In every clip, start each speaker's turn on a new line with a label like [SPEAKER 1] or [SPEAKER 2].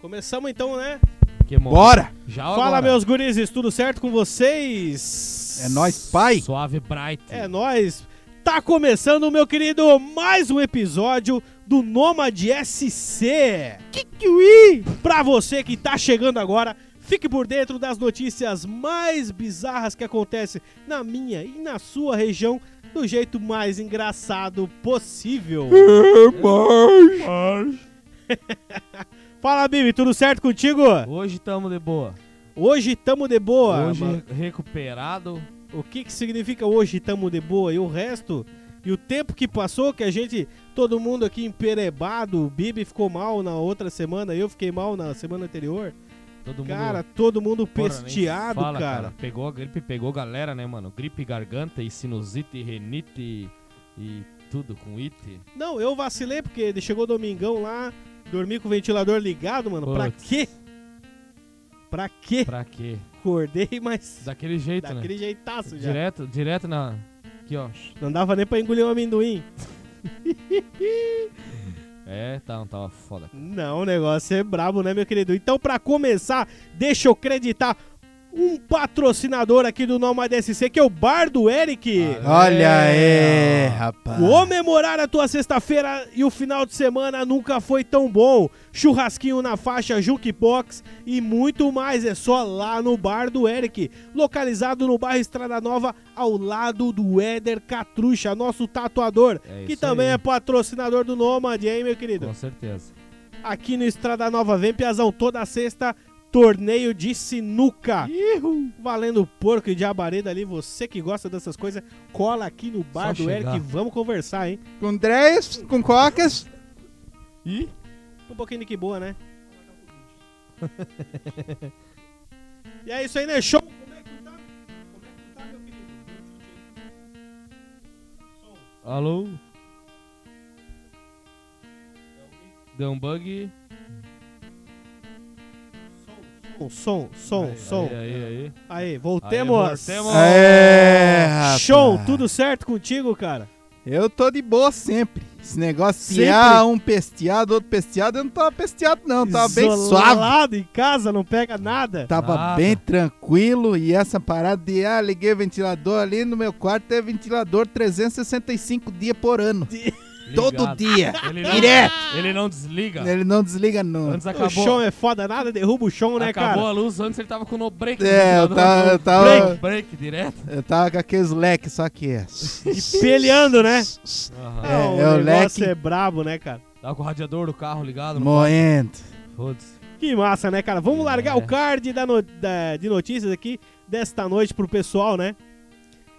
[SPEAKER 1] Começamos então, né?
[SPEAKER 2] Que mo-
[SPEAKER 3] Bora!
[SPEAKER 2] Já
[SPEAKER 1] Fala,
[SPEAKER 2] agora.
[SPEAKER 1] meus gurizes, tudo certo com vocês?
[SPEAKER 3] É nóis, pai!
[SPEAKER 2] Suave Bright.
[SPEAKER 1] É nóis! Tá começando, meu querido, mais um episódio do Nomad SC. Kikiwi! Pra você que tá chegando agora, fique por dentro das notícias mais bizarras que acontecem na minha e na sua região do jeito mais engraçado possível.
[SPEAKER 3] É,
[SPEAKER 1] Fala, Bibi, tudo certo contigo?
[SPEAKER 2] Hoje tamo de boa.
[SPEAKER 1] Hoje tamo de boa.
[SPEAKER 2] Hoje
[SPEAKER 1] mano.
[SPEAKER 2] recuperado.
[SPEAKER 1] O que que significa hoje tamo de boa e o resto? E o tempo que passou, que a gente, todo mundo aqui emperebado, o Bibi ficou mal na outra semana, eu fiquei mal na semana anterior.
[SPEAKER 2] Todo mundo.
[SPEAKER 1] Cara, todo mundo
[SPEAKER 2] Porra, nem
[SPEAKER 1] pesteado,
[SPEAKER 2] fala,
[SPEAKER 1] cara.
[SPEAKER 2] Pegou a gripe, pegou galera, né, mano? Gripe, garganta e sinusite, e renite e, e tudo com it.
[SPEAKER 1] Não, eu vacilei porque ele chegou domingão lá, dormi com o ventilador ligado, mano. Pra
[SPEAKER 2] Putz.
[SPEAKER 1] quê? Pra quê?
[SPEAKER 2] Pra quê?
[SPEAKER 1] Acordei, mas
[SPEAKER 2] Daquele jeito,
[SPEAKER 1] daquele
[SPEAKER 2] né?
[SPEAKER 1] jeitaço já.
[SPEAKER 2] Direto, direto na. Aqui, ó.
[SPEAKER 1] Não dava nem pra engolir um amendoim.
[SPEAKER 2] É, tá, tava foda.
[SPEAKER 1] Não, o negócio é brabo, né, meu querido? Então, pra começar, deixa eu acreditar um patrocinador aqui do Nomad SC, que é o Bar do Eric.
[SPEAKER 2] Ah,
[SPEAKER 3] Olha
[SPEAKER 2] É.
[SPEAKER 3] aí, rapaz!
[SPEAKER 1] Comemorar a tua sexta-feira e o final de semana nunca foi tão bom. Churrasquinho na faixa, jukebox e muito mais. É só lá no Bar do Eric, localizado no bairro Estrada Nova, ao lado do Éder Catrucha, nosso tatuador,
[SPEAKER 2] É
[SPEAKER 1] que
[SPEAKER 2] isso
[SPEAKER 1] também
[SPEAKER 2] aí.
[SPEAKER 1] é patrocinador do Nomad, hein, meu querido?
[SPEAKER 2] Com certeza.
[SPEAKER 1] aqui no Estrada Nova Vem Piazão, toda sexta, torneio de sinuca. Valendo porco e diabareda ali, você que gosta dessas coisas, cola aqui no bar
[SPEAKER 2] Só
[SPEAKER 1] do
[SPEAKER 2] chegar.
[SPEAKER 1] Eric e vamos conversar, hein?
[SPEAKER 3] Com Dreias, com Cocas,
[SPEAKER 2] Ih!
[SPEAKER 1] Um pouquinho de que boa, né? e é isso aí, né? Show! Como é que tu tá? Como é que tu tá, meu querido? Dá um chute aí. Som.
[SPEAKER 2] Alô? Deu um bug.
[SPEAKER 1] Som, som, som, som.
[SPEAKER 2] Aí, aí, aí.
[SPEAKER 1] Aí, voltemos.
[SPEAKER 2] Aí, voltemos.
[SPEAKER 3] É, rapaz.
[SPEAKER 1] Show, tudo certo contigo, cara?
[SPEAKER 3] Eu tô de boa sempre. Esse negócio de
[SPEAKER 1] Sempre?
[SPEAKER 3] ah, um pesteado, outro pesteado, eu não tava pesteado não, eu tava bem suave.
[SPEAKER 1] Isolado em casa, não pega nada.
[SPEAKER 3] Tava
[SPEAKER 2] Nada.
[SPEAKER 3] bem tranquilo e essa parada de ah, liguei o ventilador ali no meu quarto é ventilador 365 dias por ano. Todo
[SPEAKER 2] Ligado.
[SPEAKER 3] dia.
[SPEAKER 2] Ele não,
[SPEAKER 3] Direto.
[SPEAKER 2] Ele não desliga.
[SPEAKER 3] Ele não desliga nunca.
[SPEAKER 2] Antes acabou.
[SPEAKER 1] O chão é foda nada, derruba o chão, né,
[SPEAKER 2] acabou
[SPEAKER 1] cara?
[SPEAKER 2] a luz, antes ele tava com no break.
[SPEAKER 3] É, eu
[SPEAKER 2] no-
[SPEAKER 3] tava, eu
[SPEAKER 2] Break,
[SPEAKER 3] tava,
[SPEAKER 2] break, direto.
[SPEAKER 3] eu tava com aqueles leques, só que é.
[SPEAKER 1] E peleando, né?
[SPEAKER 2] Aham.
[SPEAKER 3] É,
[SPEAKER 1] o
[SPEAKER 3] é o
[SPEAKER 1] negócio
[SPEAKER 3] leque.
[SPEAKER 1] é brabo, né, cara?
[SPEAKER 2] Tava com o radiador do carro ligado. no-
[SPEAKER 3] Moendo.
[SPEAKER 2] Foda-se.
[SPEAKER 1] Que massa, né, cara? Vamos
[SPEAKER 2] É.
[SPEAKER 1] largar o card da no- da- de notícias aqui desta noite pro pessoal, né?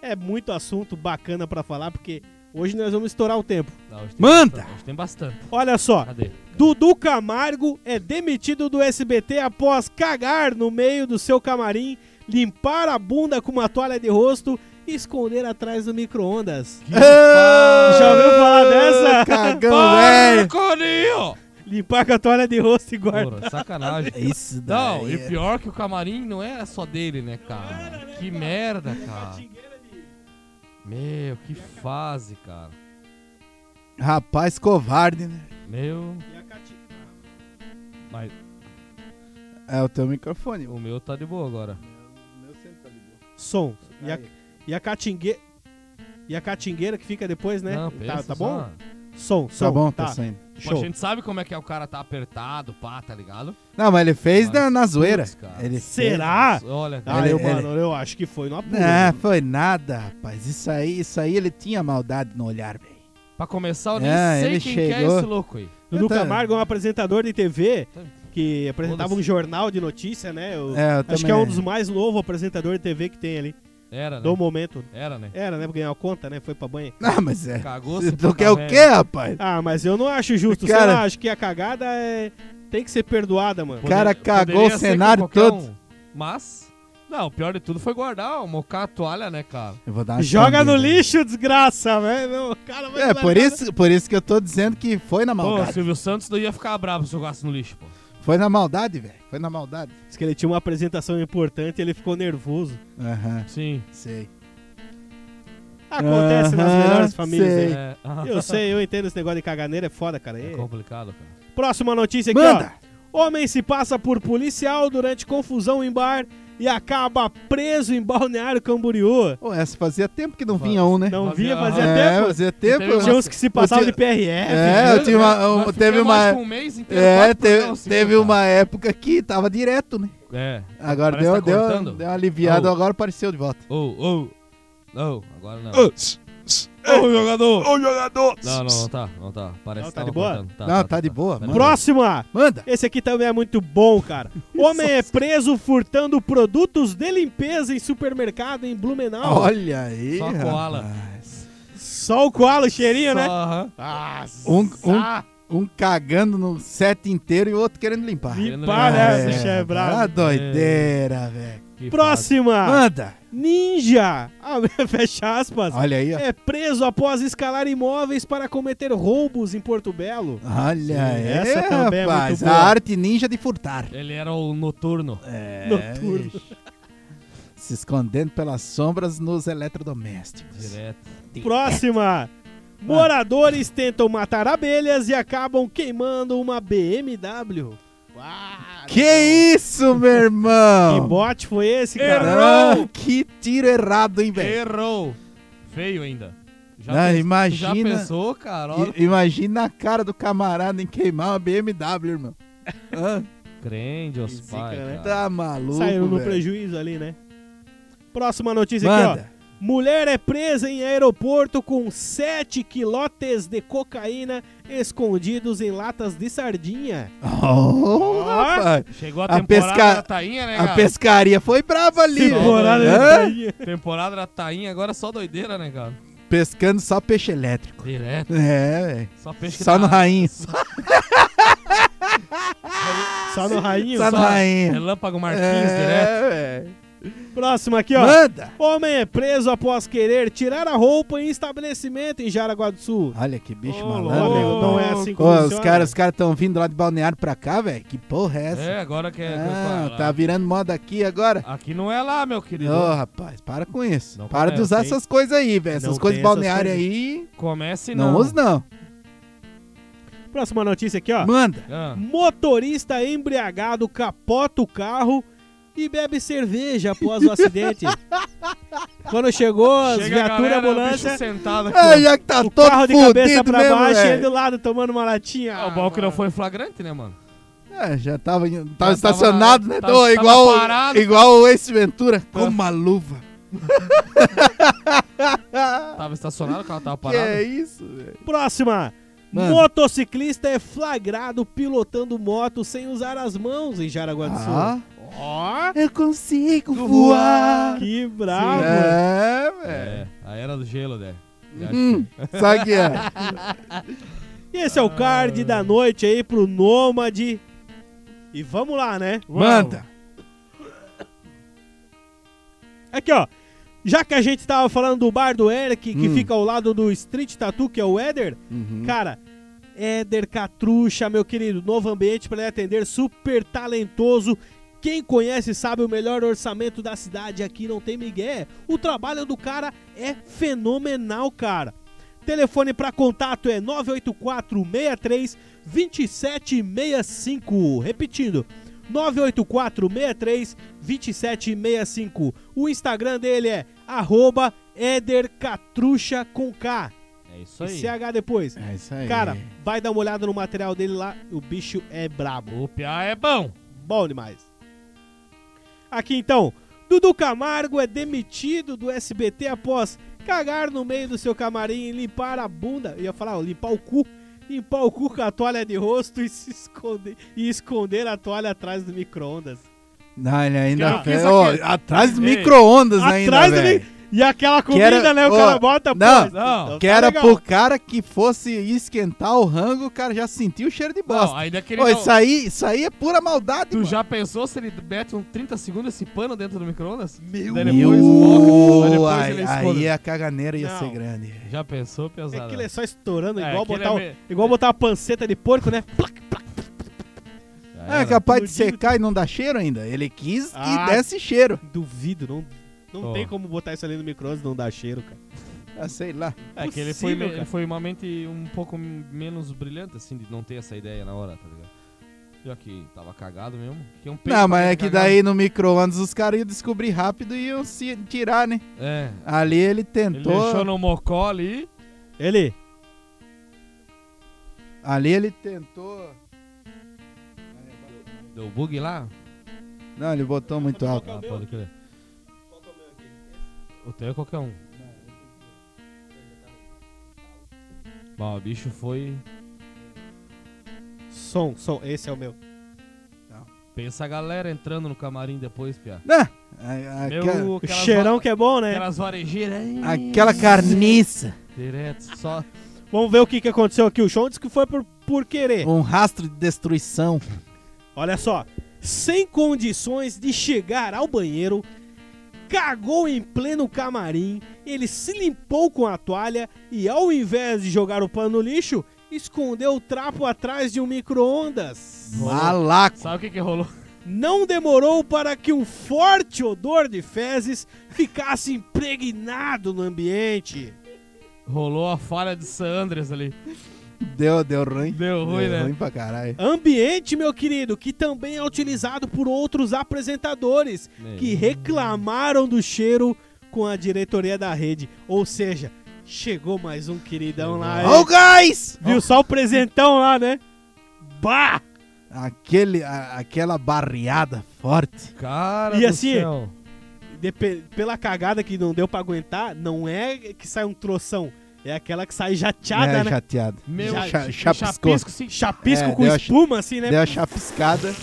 [SPEAKER 1] É muito assunto bacana pra falar, porque hoje nós vamos estourar o tempo.
[SPEAKER 2] Não, Tá, hoje tem
[SPEAKER 3] Manda!
[SPEAKER 2] bastante, Hoje tem bastante.
[SPEAKER 1] Olha só,
[SPEAKER 2] Cadê?
[SPEAKER 1] Dudu Camargo é demitido do SBT após cagar no meio do seu camarim, limpar a bunda com uma toalha de rosto e esconder atrás do micro-ondas.
[SPEAKER 2] Que
[SPEAKER 1] Já ouviu falar dessa?
[SPEAKER 3] Cagão,
[SPEAKER 2] Para,
[SPEAKER 3] Ah, velho.
[SPEAKER 2] Coninho!
[SPEAKER 1] Limpar com a toalha de rosto e guardar.
[SPEAKER 2] Porra, sacanagem.
[SPEAKER 3] É Isso
[SPEAKER 2] Não,
[SPEAKER 3] daí
[SPEAKER 2] e pior que o camarim não é só dele, né, cara? Que merda, cara. Meu, que fase, cara.
[SPEAKER 3] é- Rapaz covarde, né?
[SPEAKER 2] Meu, mas
[SPEAKER 3] É o teu microfone.
[SPEAKER 2] o meu tá de boa agora.
[SPEAKER 1] Som. E a, e a catingue- E a catingueira que fica depois, né?
[SPEAKER 2] Não,
[SPEAKER 1] tá,
[SPEAKER 2] pensa
[SPEAKER 1] tá bom?
[SPEAKER 2] só.
[SPEAKER 1] Som, som.
[SPEAKER 3] Tá bom, tá saindo.
[SPEAKER 2] Pô, a
[SPEAKER 1] Show.
[SPEAKER 2] gente sabe como é que é o cara tá apertado, pá, tá ligado?
[SPEAKER 3] Não, mas ele fez
[SPEAKER 2] Vai.
[SPEAKER 3] na, na zoeira.
[SPEAKER 2] Putz, cara.
[SPEAKER 3] Ele
[SPEAKER 1] Será?
[SPEAKER 2] Olha,
[SPEAKER 1] Ah,
[SPEAKER 3] Ele-
[SPEAKER 1] eu,
[SPEAKER 3] ele-
[SPEAKER 1] mano, eu acho que foi no apuro.
[SPEAKER 3] Fez... Ah, foi nada, rapaz. Isso aí, isso aí ele tinha maldade no olhar, velho.
[SPEAKER 2] pra começar, eu nem
[SPEAKER 3] É,
[SPEAKER 2] sei
[SPEAKER 3] ele
[SPEAKER 2] quem que é
[SPEAKER 3] chegou.
[SPEAKER 2] esse louco aí.
[SPEAKER 1] Dudu
[SPEAKER 3] Eu tô-
[SPEAKER 1] Camargo é um apresentador de TV
[SPEAKER 2] Tá.
[SPEAKER 1] que apresentava um
[SPEAKER 2] Foda-se.
[SPEAKER 1] jornal de notícia, né? Eu-
[SPEAKER 3] É, eu
[SPEAKER 1] acho
[SPEAKER 3] também-
[SPEAKER 1] que é um dos mais novos apresentadores de TV que tem ali,
[SPEAKER 2] Era, né?
[SPEAKER 1] do momento.
[SPEAKER 2] Era, né?
[SPEAKER 1] Era, né? Pra ganhar conta, né? Foi pra banha.
[SPEAKER 3] Ah, mas é.
[SPEAKER 2] Cagou-se
[SPEAKER 3] Tu
[SPEAKER 1] tá
[SPEAKER 2] pra
[SPEAKER 3] quer o
[SPEAKER 2] caralho.
[SPEAKER 3] quê, rapaz?
[SPEAKER 1] Ah, mas eu não acho justo. Sei
[SPEAKER 3] Cara-
[SPEAKER 1] lá, acho que a cagada é... tem que ser perdoada, mano.
[SPEAKER 3] Pô, cara
[SPEAKER 2] Poderia-
[SPEAKER 3] cagou
[SPEAKER 2] poderia
[SPEAKER 3] o
[SPEAKER 2] ser
[SPEAKER 3] cenário
[SPEAKER 2] com qualquer
[SPEAKER 3] todo.
[SPEAKER 2] um, mas, não, o pior de tudo foi guardar, mocar a toalha, né, cara?
[SPEAKER 3] Eu vou dar uma
[SPEAKER 1] Joga no
[SPEAKER 3] escondida.
[SPEAKER 1] lixo, desgraça, velho. O cara vai
[SPEAKER 3] É, por isso, por isso que eu tô dizendo que foi na
[SPEAKER 2] Pô, o
[SPEAKER 3] maldade.
[SPEAKER 2] Silvio Santos não ia ficar bravo se jogasse no lixo, pô.
[SPEAKER 3] Foi na maldade, velho. Foi na maldade.
[SPEAKER 1] Diz que ele tinha uma apresentação importante e ele ficou nervoso.
[SPEAKER 3] Aham,
[SPEAKER 2] Sim.
[SPEAKER 3] sei.
[SPEAKER 1] Acontece nas
[SPEAKER 3] Aham,
[SPEAKER 1] melhores famílias,
[SPEAKER 3] sei.
[SPEAKER 1] hein?
[SPEAKER 2] É,
[SPEAKER 1] Eu sei, eu entendo esse negócio de caganeira, é foda, cara.
[SPEAKER 2] é
[SPEAKER 1] É.
[SPEAKER 2] complicado, cara.
[SPEAKER 1] Próxima notícia aqui, ó.
[SPEAKER 3] Manda!
[SPEAKER 1] Homem se passa por policial durante confusão em bar e acaba preso em Balneário Camboriú.
[SPEAKER 3] Ô, essa fazia tempo que não vinha um, né?
[SPEAKER 1] Não via,
[SPEAKER 2] Fazia-
[SPEAKER 1] fazia
[SPEAKER 3] é,
[SPEAKER 1] tempo.
[SPEAKER 3] fazia tempo.
[SPEAKER 2] Teve
[SPEAKER 1] Tinha uns que se passavam de PRF.
[SPEAKER 3] É, eu tinha uma- um-
[SPEAKER 2] Mas
[SPEAKER 3] teve
[SPEAKER 2] fiquei mais
[SPEAKER 3] uma.
[SPEAKER 2] que um mês inteiro,
[SPEAKER 3] É,
[SPEAKER 2] quatro
[SPEAKER 3] teve,
[SPEAKER 2] programas sem
[SPEAKER 3] teve
[SPEAKER 2] contar.
[SPEAKER 3] uma época que tava direto, né?
[SPEAKER 2] É.
[SPEAKER 3] Agora
[SPEAKER 2] Parece
[SPEAKER 3] deu,
[SPEAKER 2] tá
[SPEAKER 3] deu,
[SPEAKER 2] cortando.
[SPEAKER 3] deu uma aliviada,
[SPEAKER 2] Ô.
[SPEAKER 3] agora apareceu de volta.
[SPEAKER 2] Ou, ou. Não, agora não.
[SPEAKER 1] Ô,
[SPEAKER 2] Ô, jogador!
[SPEAKER 1] Ô jogador!
[SPEAKER 2] Não, não, não tá, não tá. Parece
[SPEAKER 1] Não,
[SPEAKER 2] que
[SPEAKER 1] tá
[SPEAKER 2] tava
[SPEAKER 1] de boa?
[SPEAKER 2] cortando.
[SPEAKER 3] Não, tá de boa, mano.
[SPEAKER 1] Próxima!
[SPEAKER 3] Manda!
[SPEAKER 1] Esse aqui também é muito bom, cara. Homem é preso furtando produtos de limpeza em supermercado em Blumenau.
[SPEAKER 3] Olha aí,
[SPEAKER 2] Só koala.
[SPEAKER 3] rapaz.
[SPEAKER 1] Só o koala, o cheirinho, né?
[SPEAKER 2] Só, aham.
[SPEAKER 1] Ah,
[SPEAKER 3] Um, um, um cagando no set inteiro e o outro querendo limpar.
[SPEAKER 2] Querendo
[SPEAKER 1] Limpar,
[SPEAKER 2] lembrar.
[SPEAKER 1] né, bicho? É brabo. Ah.
[SPEAKER 3] Ah, doideira, velho.
[SPEAKER 2] Que
[SPEAKER 1] Próxima!
[SPEAKER 3] Manda!
[SPEAKER 1] Ninja! abre- Fecha aspas.
[SPEAKER 3] Olha aí, ó.
[SPEAKER 1] É preso após escalar imóveis para cometer roubos em Porto Belo.
[SPEAKER 3] Olha aí,
[SPEAKER 1] essa também é muito
[SPEAKER 3] rapaz.
[SPEAKER 1] boa.
[SPEAKER 3] A arte ninja de furtar.
[SPEAKER 2] fase. Ele era o noturno.
[SPEAKER 3] É,
[SPEAKER 1] Noturno.
[SPEAKER 3] bicho. Se escondendo pelas sombras nos eletrodomésticos.
[SPEAKER 2] Direto.
[SPEAKER 3] Ah.
[SPEAKER 1] Próxima! Moradores tentam matar abelhas e acabam queimando uma BMW.
[SPEAKER 3] Que isso, meu
[SPEAKER 1] Que
[SPEAKER 3] irmão?
[SPEAKER 1] bote foi esse, cara?
[SPEAKER 3] Ah, que tiro errado, hein, velho?
[SPEAKER 2] Errou. Feio ainda. Já,
[SPEAKER 3] Não,
[SPEAKER 2] pens-
[SPEAKER 3] imagina-
[SPEAKER 2] já pensou, cara? Olha.
[SPEAKER 3] I- Imagina a cara do camarada em queimar uma BMW, irmão. Ah,
[SPEAKER 2] Crende
[SPEAKER 1] Que
[SPEAKER 2] os
[SPEAKER 1] zica,
[SPEAKER 2] pais,
[SPEAKER 1] né?
[SPEAKER 2] cara.
[SPEAKER 3] tá maluco,
[SPEAKER 1] Saiu no
[SPEAKER 3] velho.
[SPEAKER 1] prejuízo ali, né? Próxima notícia aqui,
[SPEAKER 3] Manda.
[SPEAKER 1] ó. Mulher é presa em aeroporto com 7 quilotes de cocaína escondidos em latas de sardinha.
[SPEAKER 3] Oh,
[SPEAKER 1] Tá.
[SPEAKER 3] rapaz.
[SPEAKER 2] Chegou a,
[SPEAKER 3] A
[SPEAKER 2] temporada
[SPEAKER 3] pesca-
[SPEAKER 2] da tainha,
[SPEAKER 1] É,
[SPEAKER 2] né,
[SPEAKER 3] A
[SPEAKER 2] cara?
[SPEAKER 3] pescaria foi brava ali. velho.
[SPEAKER 1] Temporada de
[SPEAKER 3] né? Hã?
[SPEAKER 1] sardinha.
[SPEAKER 2] Temporada da tainha, agora só doideira, né, cara?
[SPEAKER 3] Pescando só peixe elétrico.
[SPEAKER 2] Direto.
[SPEAKER 3] É, velho.
[SPEAKER 2] Só peixe que
[SPEAKER 3] Só
[SPEAKER 2] tá-
[SPEAKER 3] no rainho.
[SPEAKER 1] Só no rainho.
[SPEAKER 3] Só no
[SPEAKER 2] só
[SPEAKER 3] rainho.
[SPEAKER 2] Relâmpago Martins, direto.
[SPEAKER 3] É, velho.
[SPEAKER 1] Próximo aqui, ó.
[SPEAKER 3] Manda.
[SPEAKER 1] Homem é preso após querer tirar a roupa em estabelecimento em Jaraguá do Sul.
[SPEAKER 3] Olha que bicho
[SPEAKER 1] Ô,
[SPEAKER 3] malandro.
[SPEAKER 1] louco,
[SPEAKER 3] velho.
[SPEAKER 1] não é assim que
[SPEAKER 3] Ô, os
[SPEAKER 1] funciona.
[SPEAKER 3] caras estão vindo lá de Balneário pra cá, velho. Que porra é essa?
[SPEAKER 2] É, agora que é.
[SPEAKER 3] Ah,
[SPEAKER 2] coisa-
[SPEAKER 3] tá virando moda aqui agora.
[SPEAKER 2] Aqui não é lá, meu
[SPEAKER 3] Ô,
[SPEAKER 2] querido.
[SPEAKER 3] rapaz, para com isso.
[SPEAKER 2] Não
[SPEAKER 3] para de
[SPEAKER 2] começa,
[SPEAKER 3] usar
[SPEAKER 1] hein?
[SPEAKER 3] essas coisas aí, velho.
[SPEAKER 1] Não
[SPEAKER 3] Essas
[SPEAKER 1] tem
[SPEAKER 3] coisas
[SPEAKER 1] essas
[SPEAKER 3] balneárias
[SPEAKER 1] coisas.
[SPEAKER 3] aí.
[SPEAKER 2] Comece
[SPEAKER 3] Não,
[SPEAKER 2] não.
[SPEAKER 3] usa, não.
[SPEAKER 1] Próxima notícia aqui, ó.
[SPEAKER 3] Manda.
[SPEAKER 2] Ah,
[SPEAKER 1] Motorista embriagado capota o carro e bebe cerveja após o acidente. Quando chegou, as
[SPEAKER 2] Chega a
[SPEAKER 1] viaturas,
[SPEAKER 2] galera, o
[SPEAKER 1] ambulância,
[SPEAKER 2] bicho sentado aqui.
[SPEAKER 3] Ah,
[SPEAKER 2] ó.
[SPEAKER 3] já que tá
[SPEAKER 1] o
[SPEAKER 3] todo
[SPEAKER 1] carro de
[SPEAKER 3] fudido
[SPEAKER 1] cabeça pra
[SPEAKER 3] mesmo, é.
[SPEAKER 1] baixo e ele
[SPEAKER 3] velho.
[SPEAKER 1] do lado tomando uma latinha.
[SPEAKER 2] Ah, o bom que
[SPEAKER 1] mano.
[SPEAKER 2] não foi flagrante, né, mano?
[SPEAKER 3] É, já tava, em- tava
[SPEAKER 2] tava-
[SPEAKER 3] estacionado, né?
[SPEAKER 2] tava-
[SPEAKER 3] Ô,
[SPEAKER 2] tava
[SPEAKER 3] igual,
[SPEAKER 2] parado.
[SPEAKER 3] igual o Ace Ventura, com uma luva.
[SPEAKER 2] Tava estacionado, o carro tava
[SPEAKER 3] que
[SPEAKER 2] parado.
[SPEAKER 3] é isso, velho?
[SPEAKER 1] Próxima.
[SPEAKER 3] Manda.
[SPEAKER 1] Motociclista é flagrado pilotando moto sem usar as mãos em Jaraguá do Sul.
[SPEAKER 3] Ah,
[SPEAKER 1] Ó,
[SPEAKER 3] eu consigo
[SPEAKER 2] voar.
[SPEAKER 3] voar.
[SPEAKER 1] que bravo.
[SPEAKER 3] É, velho.
[SPEAKER 2] É, a era do gelo, né?
[SPEAKER 3] Hum, sabe o que é?
[SPEAKER 1] E esse é o card da noite aí pro Nômade. E vamos lá, né?
[SPEAKER 3] Manda.
[SPEAKER 1] Aqui, ó. Já que a gente tava falando do bar do Eric, que
[SPEAKER 3] Hum.
[SPEAKER 1] fica ao lado do Street Tattoo, que é o Éder,
[SPEAKER 3] Uhum.
[SPEAKER 1] cara, Éder Catrucha, meu querido, novo ambiente pra ele atender, super talentoso. Quem conhece sabe o melhor orçamento da cidade aqui, não tem migué. O trabalho do cara é fenomenal, cara. Telefone pra contato é 984 63 2765. Repetindo, 984 63 2765. O Instagram dele é arroba Éder Catrucha com K.
[SPEAKER 2] É isso
[SPEAKER 1] E
[SPEAKER 2] aí.
[SPEAKER 1] CH depois.
[SPEAKER 3] É isso aí.
[SPEAKER 1] Cara, vai dar uma olhada no material dele lá, o bicho é brabo.
[SPEAKER 2] O PA é bom.
[SPEAKER 1] Bom demais. Aqui então, Dudu Camargo é demitido do SBT após cagar no meio do seu camarim e limpar a bunda. Eu ia falar, ó, limpar o cu. Limpar o cu com a toalha de rosto e se esconder, e esconder a toalha atrás do micro-ondas.
[SPEAKER 3] Não, Ah, ele ainda
[SPEAKER 1] Cara,
[SPEAKER 3] fez.
[SPEAKER 2] isso
[SPEAKER 3] Ó,
[SPEAKER 2] aqui-
[SPEAKER 3] atrás do
[SPEAKER 2] Ei,
[SPEAKER 3] micro-ondas ainda.
[SPEAKER 1] é- Atrás do
[SPEAKER 3] velho.
[SPEAKER 1] mi- E aquela comida,
[SPEAKER 3] era-
[SPEAKER 1] né? O
[SPEAKER 3] ó,
[SPEAKER 1] cara bota
[SPEAKER 3] não,
[SPEAKER 1] isso-
[SPEAKER 2] não,
[SPEAKER 1] então
[SPEAKER 3] Que
[SPEAKER 1] tá
[SPEAKER 3] era
[SPEAKER 1] legal.
[SPEAKER 3] pro cara que fosse esquentar o rango, o cara já sentiu o cheiro de
[SPEAKER 2] Não,
[SPEAKER 3] bosta.
[SPEAKER 2] ainda que ele
[SPEAKER 3] Pô,
[SPEAKER 2] não-
[SPEAKER 3] isso aí, isso aí é pura maldade,
[SPEAKER 2] Tu
[SPEAKER 3] mano.
[SPEAKER 2] já pensou se ele mete um 30 segundos esse pano dentro do micro-ondas?
[SPEAKER 1] Meu
[SPEAKER 2] Daí
[SPEAKER 3] Meu,
[SPEAKER 2] depois coloca, daí depois
[SPEAKER 3] ai-
[SPEAKER 2] ele
[SPEAKER 3] aí
[SPEAKER 2] esconde.
[SPEAKER 3] a caganeira ia
[SPEAKER 1] Não.
[SPEAKER 3] ser grande.
[SPEAKER 2] Já pensou,
[SPEAKER 1] É
[SPEAKER 2] pesado?
[SPEAKER 1] aquilo é só estourando,
[SPEAKER 2] É,
[SPEAKER 1] igual,
[SPEAKER 2] aquilo é
[SPEAKER 1] botar, o-
[SPEAKER 2] meio-
[SPEAKER 1] igual botar uma panceta de porco, né?
[SPEAKER 3] É, capaz de
[SPEAKER 1] Explodindo.
[SPEAKER 3] secar e não dar cheiro ainda. Ele quis que
[SPEAKER 1] Ah.
[SPEAKER 3] desse cheiro.
[SPEAKER 1] Duvido, não, não
[SPEAKER 2] Ó.
[SPEAKER 1] tem como botar isso ali no micro-ondas e não dar cheiro, cara.
[SPEAKER 3] Ah, sei lá.
[SPEAKER 2] É que ele foi,
[SPEAKER 1] Possível,
[SPEAKER 2] me-
[SPEAKER 1] cara.
[SPEAKER 2] foi uma mente um pouco menos brilhante, assim, de não ter essa ideia na hora, tá ligado? Já que tava cagado mesmo. Que é um peixe
[SPEAKER 3] Não, mas
[SPEAKER 2] tava
[SPEAKER 3] é que
[SPEAKER 2] cagado.
[SPEAKER 3] daí no micro-ondas os caras iam descobrir rápido e iam se tirar, né?
[SPEAKER 2] É.
[SPEAKER 3] Ali ele
[SPEAKER 2] Ele
[SPEAKER 3] tentou.
[SPEAKER 2] deixou no mocó ali.
[SPEAKER 1] Ele.
[SPEAKER 3] Ali ele tentou.
[SPEAKER 2] Deu bug lá?
[SPEAKER 3] Não, ele botou muito alto.
[SPEAKER 1] é
[SPEAKER 2] Ah, pode crer. O teu é qualquer um. Bom, o bicho foi.
[SPEAKER 1] Som, som. Esse é o meu.
[SPEAKER 2] Pensa a galera entrando no camarim depois, piá.
[SPEAKER 3] Não, a- a- aquela,
[SPEAKER 1] O
[SPEAKER 2] aquelas
[SPEAKER 1] cheirão que é bom, né?
[SPEAKER 2] Aquelas varejeiras. hein?
[SPEAKER 3] aquela carniça.
[SPEAKER 2] Direto, só.
[SPEAKER 1] Vamos ver o que, que aconteceu aqui. O show disse que foi por, por querer.
[SPEAKER 3] Um rastro de destruição.
[SPEAKER 1] Olha só. Sem condições de chegar ao banheiro, cagou em pleno camarim, ele se limpou com a toalha e, ao invés de jogar o pano no lixo, escondeu o trapo atrás de um micro-ondas.
[SPEAKER 3] Malaco.
[SPEAKER 2] Sabe o que que rolou?
[SPEAKER 1] Não demorou para que um forte odor de fezes ficasse impregnado no ambiente.
[SPEAKER 2] Rolou a falha de San Andres ali.
[SPEAKER 3] Deu, deu ruim.
[SPEAKER 2] Deu ruim, né?
[SPEAKER 3] ruim pra caralho.
[SPEAKER 1] Ambiente, meu querido, que também é utilizado por outros apresentadores
[SPEAKER 2] Meu.
[SPEAKER 1] que reclamaram do cheiro com a diretoria da rede. Ou seja, chegou mais um queridão lá.
[SPEAKER 3] Ó o gás!
[SPEAKER 1] hein? Viu só o presentão lá, né? Bah!
[SPEAKER 3] Aquele, a- aquela barreada forte.
[SPEAKER 2] Cara
[SPEAKER 1] E
[SPEAKER 2] do
[SPEAKER 1] assim,
[SPEAKER 2] céu.
[SPEAKER 1] Depe- pela cagada que não deu pra aguentar, não é que sai um troção, é aquela que sai jateada,
[SPEAKER 3] é,
[SPEAKER 1] né?
[SPEAKER 3] chateado.
[SPEAKER 2] Meu,
[SPEAKER 3] Já-
[SPEAKER 2] cha-
[SPEAKER 3] chapiscou.
[SPEAKER 2] chapisco, sim.
[SPEAKER 1] Chapisco
[SPEAKER 3] É,
[SPEAKER 1] com
[SPEAKER 3] deu a
[SPEAKER 1] espuma, assim, né?
[SPEAKER 3] Deu a chapiscada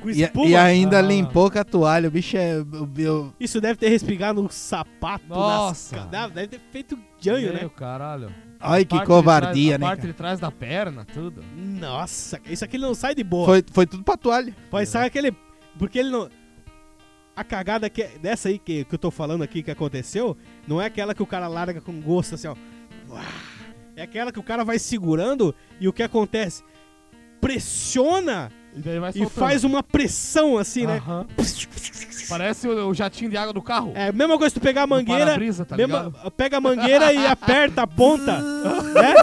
[SPEAKER 1] Com
[SPEAKER 3] e,
[SPEAKER 1] espuma.
[SPEAKER 3] e ainda
[SPEAKER 2] Ah.
[SPEAKER 3] limpou com a toalha. O bicho é. o- o-
[SPEAKER 1] Isso deve ter respingado no sapato,
[SPEAKER 2] Nossa.
[SPEAKER 1] nas... deve- deve ter feito ganho,
[SPEAKER 2] Meu
[SPEAKER 1] né?
[SPEAKER 2] caralho.
[SPEAKER 3] Ai, que
[SPEAKER 2] Parte de
[SPEAKER 3] covardia,
[SPEAKER 2] trás-
[SPEAKER 3] né?
[SPEAKER 2] A parte
[SPEAKER 3] cara?
[SPEAKER 2] de trás da perna, tudo.
[SPEAKER 1] Nossa, isso aqui ele não sai de boa.
[SPEAKER 3] Foi, foi tudo pra toalha.
[SPEAKER 1] Pois sabe aquele. Porque ele não. A cagada que é- dessa aí que, que eu tô falando aqui que aconteceu, não é aquela que o cara larga com gosto assim, ó. Uá. É aquela que o cara vai segurando e o que acontece? Pressiona
[SPEAKER 2] E daí vai Ah.
[SPEAKER 1] e faz uma pressão assim, né?
[SPEAKER 2] Aham. Parece o, o jatinho de água do carro.
[SPEAKER 1] É a mesma coisa que tu pegar a mangueira.
[SPEAKER 2] para-brisa, tá
[SPEAKER 1] mesma-
[SPEAKER 2] ligado?
[SPEAKER 1] pega a mangueira e aperta a ponta. né?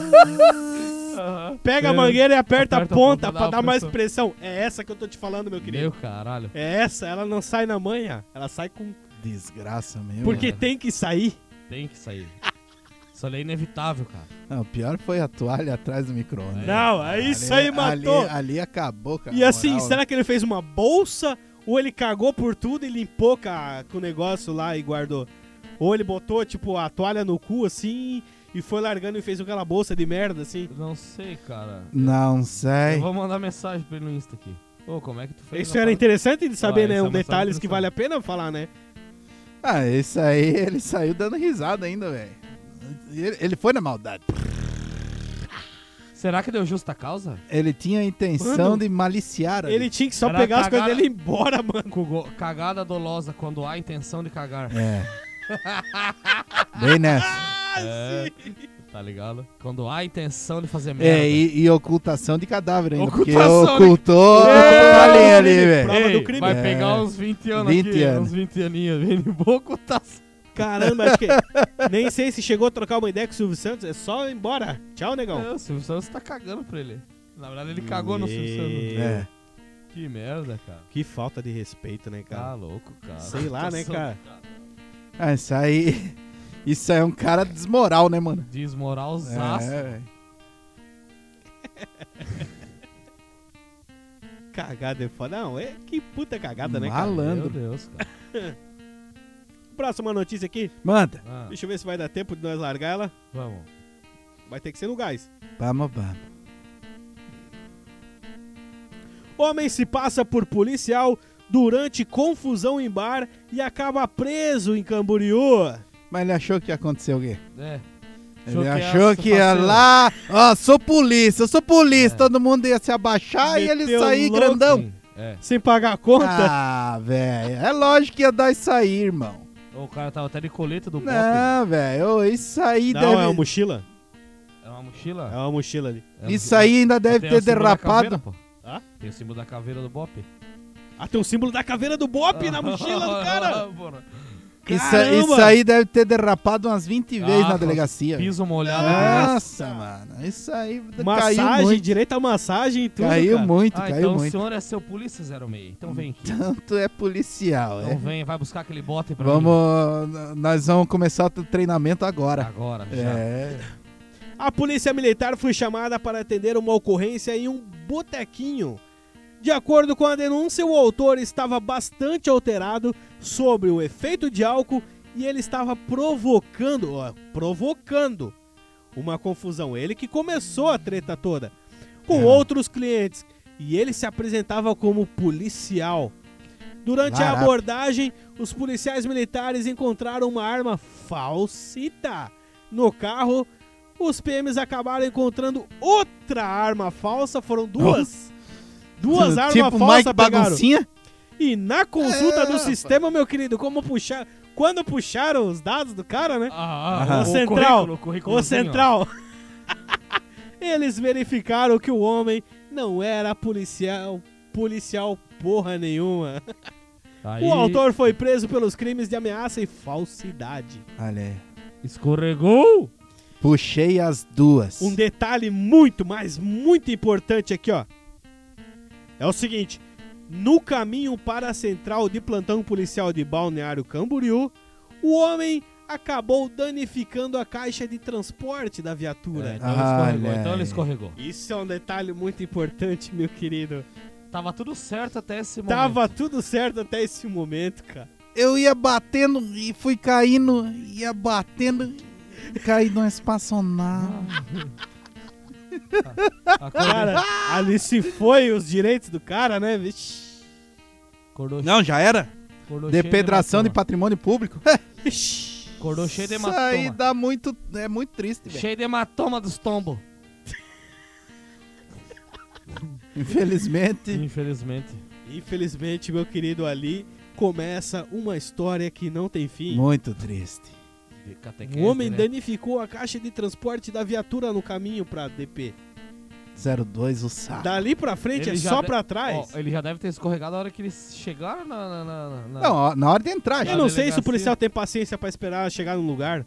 [SPEAKER 2] Aham.
[SPEAKER 1] Pega a
[SPEAKER 2] É.
[SPEAKER 1] mangueira e aperta,
[SPEAKER 2] Aperta
[SPEAKER 1] a ponta, pra
[SPEAKER 2] uma
[SPEAKER 1] dar mais pressão. É essa que eu tô te falando, meu querido.
[SPEAKER 2] Meu caralho.
[SPEAKER 1] É essa, ela não sai na manha, ela sai com.
[SPEAKER 3] Desgraça, meu.
[SPEAKER 1] Porque tem que sair.
[SPEAKER 2] Tem que sair. Isso ali é inevitável, cara.
[SPEAKER 3] Não, o pior foi a toalha atrás do micro-ondas.
[SPEAKER 1] Não, é isso aí matou.
[SPEAKER 3] Ali, é ali acabou, cara.
[SPEAKER 1] e assim, será que ele fez uma bolsa? Ou ele cagou por tudo e limpou com, a- com o negócio lá e guardou? Ou ele botou, tipo, a toalha no cu assim e foi largando e fez aquela bolsa de merda assim?
[SPEAKER 2] Eu Não sei, cara.
[SPEAKER 3] Não
[SPEAKER 2] Eu
[SPEAKER 3] sei.
[SPEAKER 2] vou mandar mensagem pra ele no Insta aqui. Ô, como é que tu fez?
[SPEAKER 1] Isso era interessante de saber,
[SPEAKER 2] Ah,
[SPEAKER 1] né?
[SPEAKER 2] isso é
[SPEAKER 1] Um
[SPEAKER 2] uma
[SPEAKER 1] detalhes
[SPEAKER 2] solução.
[SPEAKER 1] que vale a pena falar, né?
[SPEAKER 3] Ah, isso aí, ele saiu dando risada ainda, velho. Ele, ele foi na maldade.
[SPEAKER 2] Será que deu justa causa?
[SPEAKER 3] Ele tinha a intenção
[SPEAKER 1] Mano,
[SPEAKER 3] de maliciar. Tá ali.
[SPEAKER 1] Ele tinha que só
[SPEAKER 2] Era
[SPEAKER 1] pegar as coisas
[SPEAKER 2] cagada-
[SPEAKER 1] dele e ir embora, mano.
[SPEAKER 2] Cugo- Cagada dolosa quando há intenção de cagar.
[SPEAKER 3] É. Bem nessa.
[SPEAKER 1] Ah,
[SPEAKER 2] É.
[SPEAKER 1] sim.
[SPEAKER 2] Tá ligado? Quando há intenção de fazer merda.
[SPEAKER 3] É, e, e ocultação de cadáver ainda. Porque
[SPEAKER 2] Ocultação, né?
[SPEAKER 3] ocultou
[SPEAKER 2] É,
[SPEAKER 3] a linha ali,
[SPEAKER 1] ele-
[SPEAKER 3] velho.
[SPEAKER 1] Prova
[SPEAKER 2] Ei,
[SPEAKER 1] do crime.
[SPEAKER 2] Vai
[SPEAKER 3] É.
[SPEAKER 2] pegar uns 20 anos
[SPEAKER 3] 20
[SPEAKER 2] aqui,
[SPEAKER 3] anos.
[SPEAKER 2] uns 20 aninhos. Vem de tá boa cotação.
[SPEAKER 1] Caramba, acho que. Nem sei se chegou a trocar uma ideia com o Silvio Santos. É só ir embora. Tchau, negão.
[SPEAKER 2] É, O Silvio Santos tá cagando pra ele. Na verdade, ele cagou no Silvio Santos.
[SPEAKER 3] É.
[SPEAKER 2] Que merda, cara.
[SPEAKER 1] Que falta de respeito, né,
[SPEAKER 2] Tá
[SPEAKER 1] cara?
[SPEAKER 2] louco, cara.
[SPEAKER 1] Sei lá, né,
[SPEAKER 2] Situação
[SPEAKER 1] cara?
[SPEAKER 3] Ah, isso aí. Isso aí é um cara desmoral, né, mano?
[SPEAKER 2] Desmoralzaço.
[SPEAKER 3] É, velho. Ah.
[SPEAKER 1] Cagada é foda. Não, é que puta cagada, né, cara?
[SPEAKER 2] Meu
[SPEAKER 3] Malandro.
[SPEAKER 2] Deus, cara.
[SPEAKER 1] Próxima notícia aqui.
[SPEAKER 3] Manda.
[SPEAKER 2] Ah,
[SPEAKER 1] Deixa eu ver se vai dar tempo de nós largar ela.
[SPEAKER 2] vamos.
[SPEAKER 1] Vai ter que ser no gás.
[SPEAKER 3] Vamos, vamos.
[SPEAKER 1] Homem se passa por policial durante confusão em bar e acaba preso em Camboriú.
[SPEAKER 3] Mas ele achou que ia acontecer o quê?
[SPEAKER 2] É.
[SPEAKER 3] Ele
[SPEAKER 2] ia
[SPEAKER 3] achou que ia
[SPEAKER 2] fazer-
[SPEAKER 3] lá, ó, sou polícia, eu sou polícia,
[SPEAKER 2] É.
[SPEAKER 3] todo mundo ia se abaixar e ele
[SPEAKER 1] Meteu
[SPEAKER 3] sair
[SPEAKER 1] louco.
[SPEAKER 3] grandão.
[SPEAKER 2] Sim, É.
[SPEAKER 1] Sem pagar a conta.
[SPEAKER 3] Ah, velho, é lógico que ia dar isso aí, irmão.
[SPEAKER 2] O cara tava até de coleta do pop.
[SPEAKER 3] Não, velho, ô, isso aí
[SPEAKER 1] não,
[SPEAKER 2] um
[SPEAKER 3] deve.
[SPEAKER 1] é uma mochila.
[SPEAKER 2] É uma mochila?
[SPEAKER 1] É uma mochila ali.
[SPEAKER 2] É um-
[SPEAKER 3] Isso aí ainda deve
[SPEAKER 2] Tem
[SPEAKER 3] ter
[SPEAKER 2] o símbolo da caveira,
[SPEAKER 3] derrapado.
[SPEAKER 2] pô.
[SPEAKER 1] Hã?
[SPEAKER 2] Tem o símbolo da caveira do Bop.
[SPEAKER 1] um Ah, tem o símbolo da caveira do Bop na mochila do cara.
[SPEAKER 2] Porra.
[SPEAKER 3] Isso, isso
[SPEAKER 1] Caramba!
[SPEAKER 3] aí deve ter derrapado umas 20 vezes
[SPEAKER 2] Ah,
[SPEAKER 3] na delegacia. velho.
[SPEAKER 2] Piso molhado.
[SPEAKER 1] Ah,
[SPEAKER 2] Ah,
[SPEAKER 3] Nossa, mano. Isso aí
[SPEAKER 1] Massagem,
[SPEAKER 3] caiu muito.
[SPEAKER 1] direito a massagem e tudo.
[SPEAKER 3] caiu
[SPEAKER 1] cara.
[SPEAKER 3] muito,
[SPEAKER 2] ah
[SPEAKER 3] caiu
[SPEAKER 2] então o
[SPEAKER 3] muito.
[SPEAKER 2] senhor é seu polícia 06. Então vem aqui.
[SPEAKER 3] Tanto é policial,
[SPEAKER 2] Então
[SPEAKER 3] é.
[SPEAKER 2] vem, vai buscar aquele bote pra mim.
[SPEAKER 3] Vamos, n- nós vamos começar o treinamento agora.
[SPEAKER 2] Agora, já.
[SPEAKER 3] É.
[SPEAKER 1] A polícia militar foi chamada para atender uma ocorrência em um botequinho. De acordo com a denúncia, o autor estava bastante alterado sobre o efeito de álcool e ele estava provocando, ó, provocando uma confusão. Ele que começou a treta toda com
[SPEAKER 3] É.
[SPEAKER 1] outros clientes e ele se apresentava como policial. Durante a
[SPEAKER 3] Barato.
[SPEAKER 1] abordagem, os policiais militares encontraram uma arma falsita no carro. Os PMs acabaram encontrando outra arma falsa, foram duas. Duas armas
[SPEAKER 3] tipo
[SPEAKER 1] falsas
[SPEAKER 3] Mike
[SPEAKER 1] pegaram.
[SPEAKER 3] Baguncinha?
[SPEAKER 1] E na consulta
[SPEAKER 3] É,
[SPEAKER 1] do
[SPEAKER 3] rapaz.
[SPEAKER 1] sistema, meu querido, como puxar, quando puxaram os dados do cara, né?
[SPEAKER 2] Ah,
[SPEAKER 1] Ô, Central,
[SPEAKER 2] currículo, currículo,
[SPEAKER 1] Ô Central. Eles verificaram que o homem não era policial, policial porra nenhuma.
[SPEAKER 2] Tá
[SPEAKER 1] O autor foi preso pelos crimes de ameaça e falsidade.
[SPEAKER 3] Olha aí.
[SPEAKER 2] escorregou.
[SPEAKER 3] Puxei as duas.
[SPEAKER 1] Um detalhe muito, mas muito importante aqui, ó. É o seguinte: no caminho para a central de plantão policial de Balneário Camboriú, o homem acabou danificando a caixa de transporte da
[SPEAKER 2] É,
[SPEAKER 1] viatura.
[SPEAKER 2] então, ele
[SPEAKER 3] Olha
[SPEAKER 2] escorregou, então ele
[SPEAKER 3] aí.
[SPEAKER 2] escorregou.
[SPEAKER 1] Isso é um detalhe muito importante, meu querido.
[SPEAKER 2] Tava tudo certo até esse momento.
[SPEAKER 1] Tava tudo certo até esse momento, cara.
[SPEAKER 3] Eu ia batendo e fui caindo, ia batendo, caí numa espaçonave.
[SPEAKER 2] Ah. Acordou,
[SPEAKER 1] Cara, ali se foi os direitos do cara, né? Vixi.
[SPEAKER 2] acordou,
[SPEAKER 3] Não, já era?
[SPEAKER 2] acordou cheio
[SPEAKER 3] Depedração de
[SPEAKER 2] hematoma.
[SPEAKER 3] patrimônio público?
[SPEAKER 1] Vixi.
[SPEAKER 2] Acordou cheio de
[SPEAKER 3] Isso aí
[SPEAKER 2] hematoma.
[SPEAKER 3] dá muito. É muito triste, velho.
[SPEAKER 2] Cheio de hematoma dos tombos.
[SPEAKER 3] Infelizmente.
[SPEAKER 2] Infelizmente.
[SPEAKER 1] Infelizmente, meu querido, ali começa uma história que não tem fim.
[SPEAKER 3] Muito triste.
[SPEAKER 2] De catequese,
[SPEAKER 1] Um homem
[SPEAKER 2] né?
[SPEAKER 1] danificou a caixa de transporte da viatura no caminho pra DP.
[SPEAKER 3] 02 o saco.
[SPEAKER 1] Dali pra frente
[SPEAKER 2] Ele
[SPEAKER 1] é
[SPEAKER 2] já
[SPEAKER 1] só
[SPEAKER 2] de-
[SPEAKER 1] pra trás.
[SPEAKER 2] Ó, ele já deve ter escorregado a hora que eles chegaram na. na- na- na- na-
[SPEAKER 3] Não, ó, na hora de entrar, já.
[SPEAKER 1] Eu não
[SPEAKER 2] na
[SPEAKER 1] sei se o
[SPEAKER 2] delegacia.
[SPEAKER 1] policial tem paciência pra esperar chegar no lugar.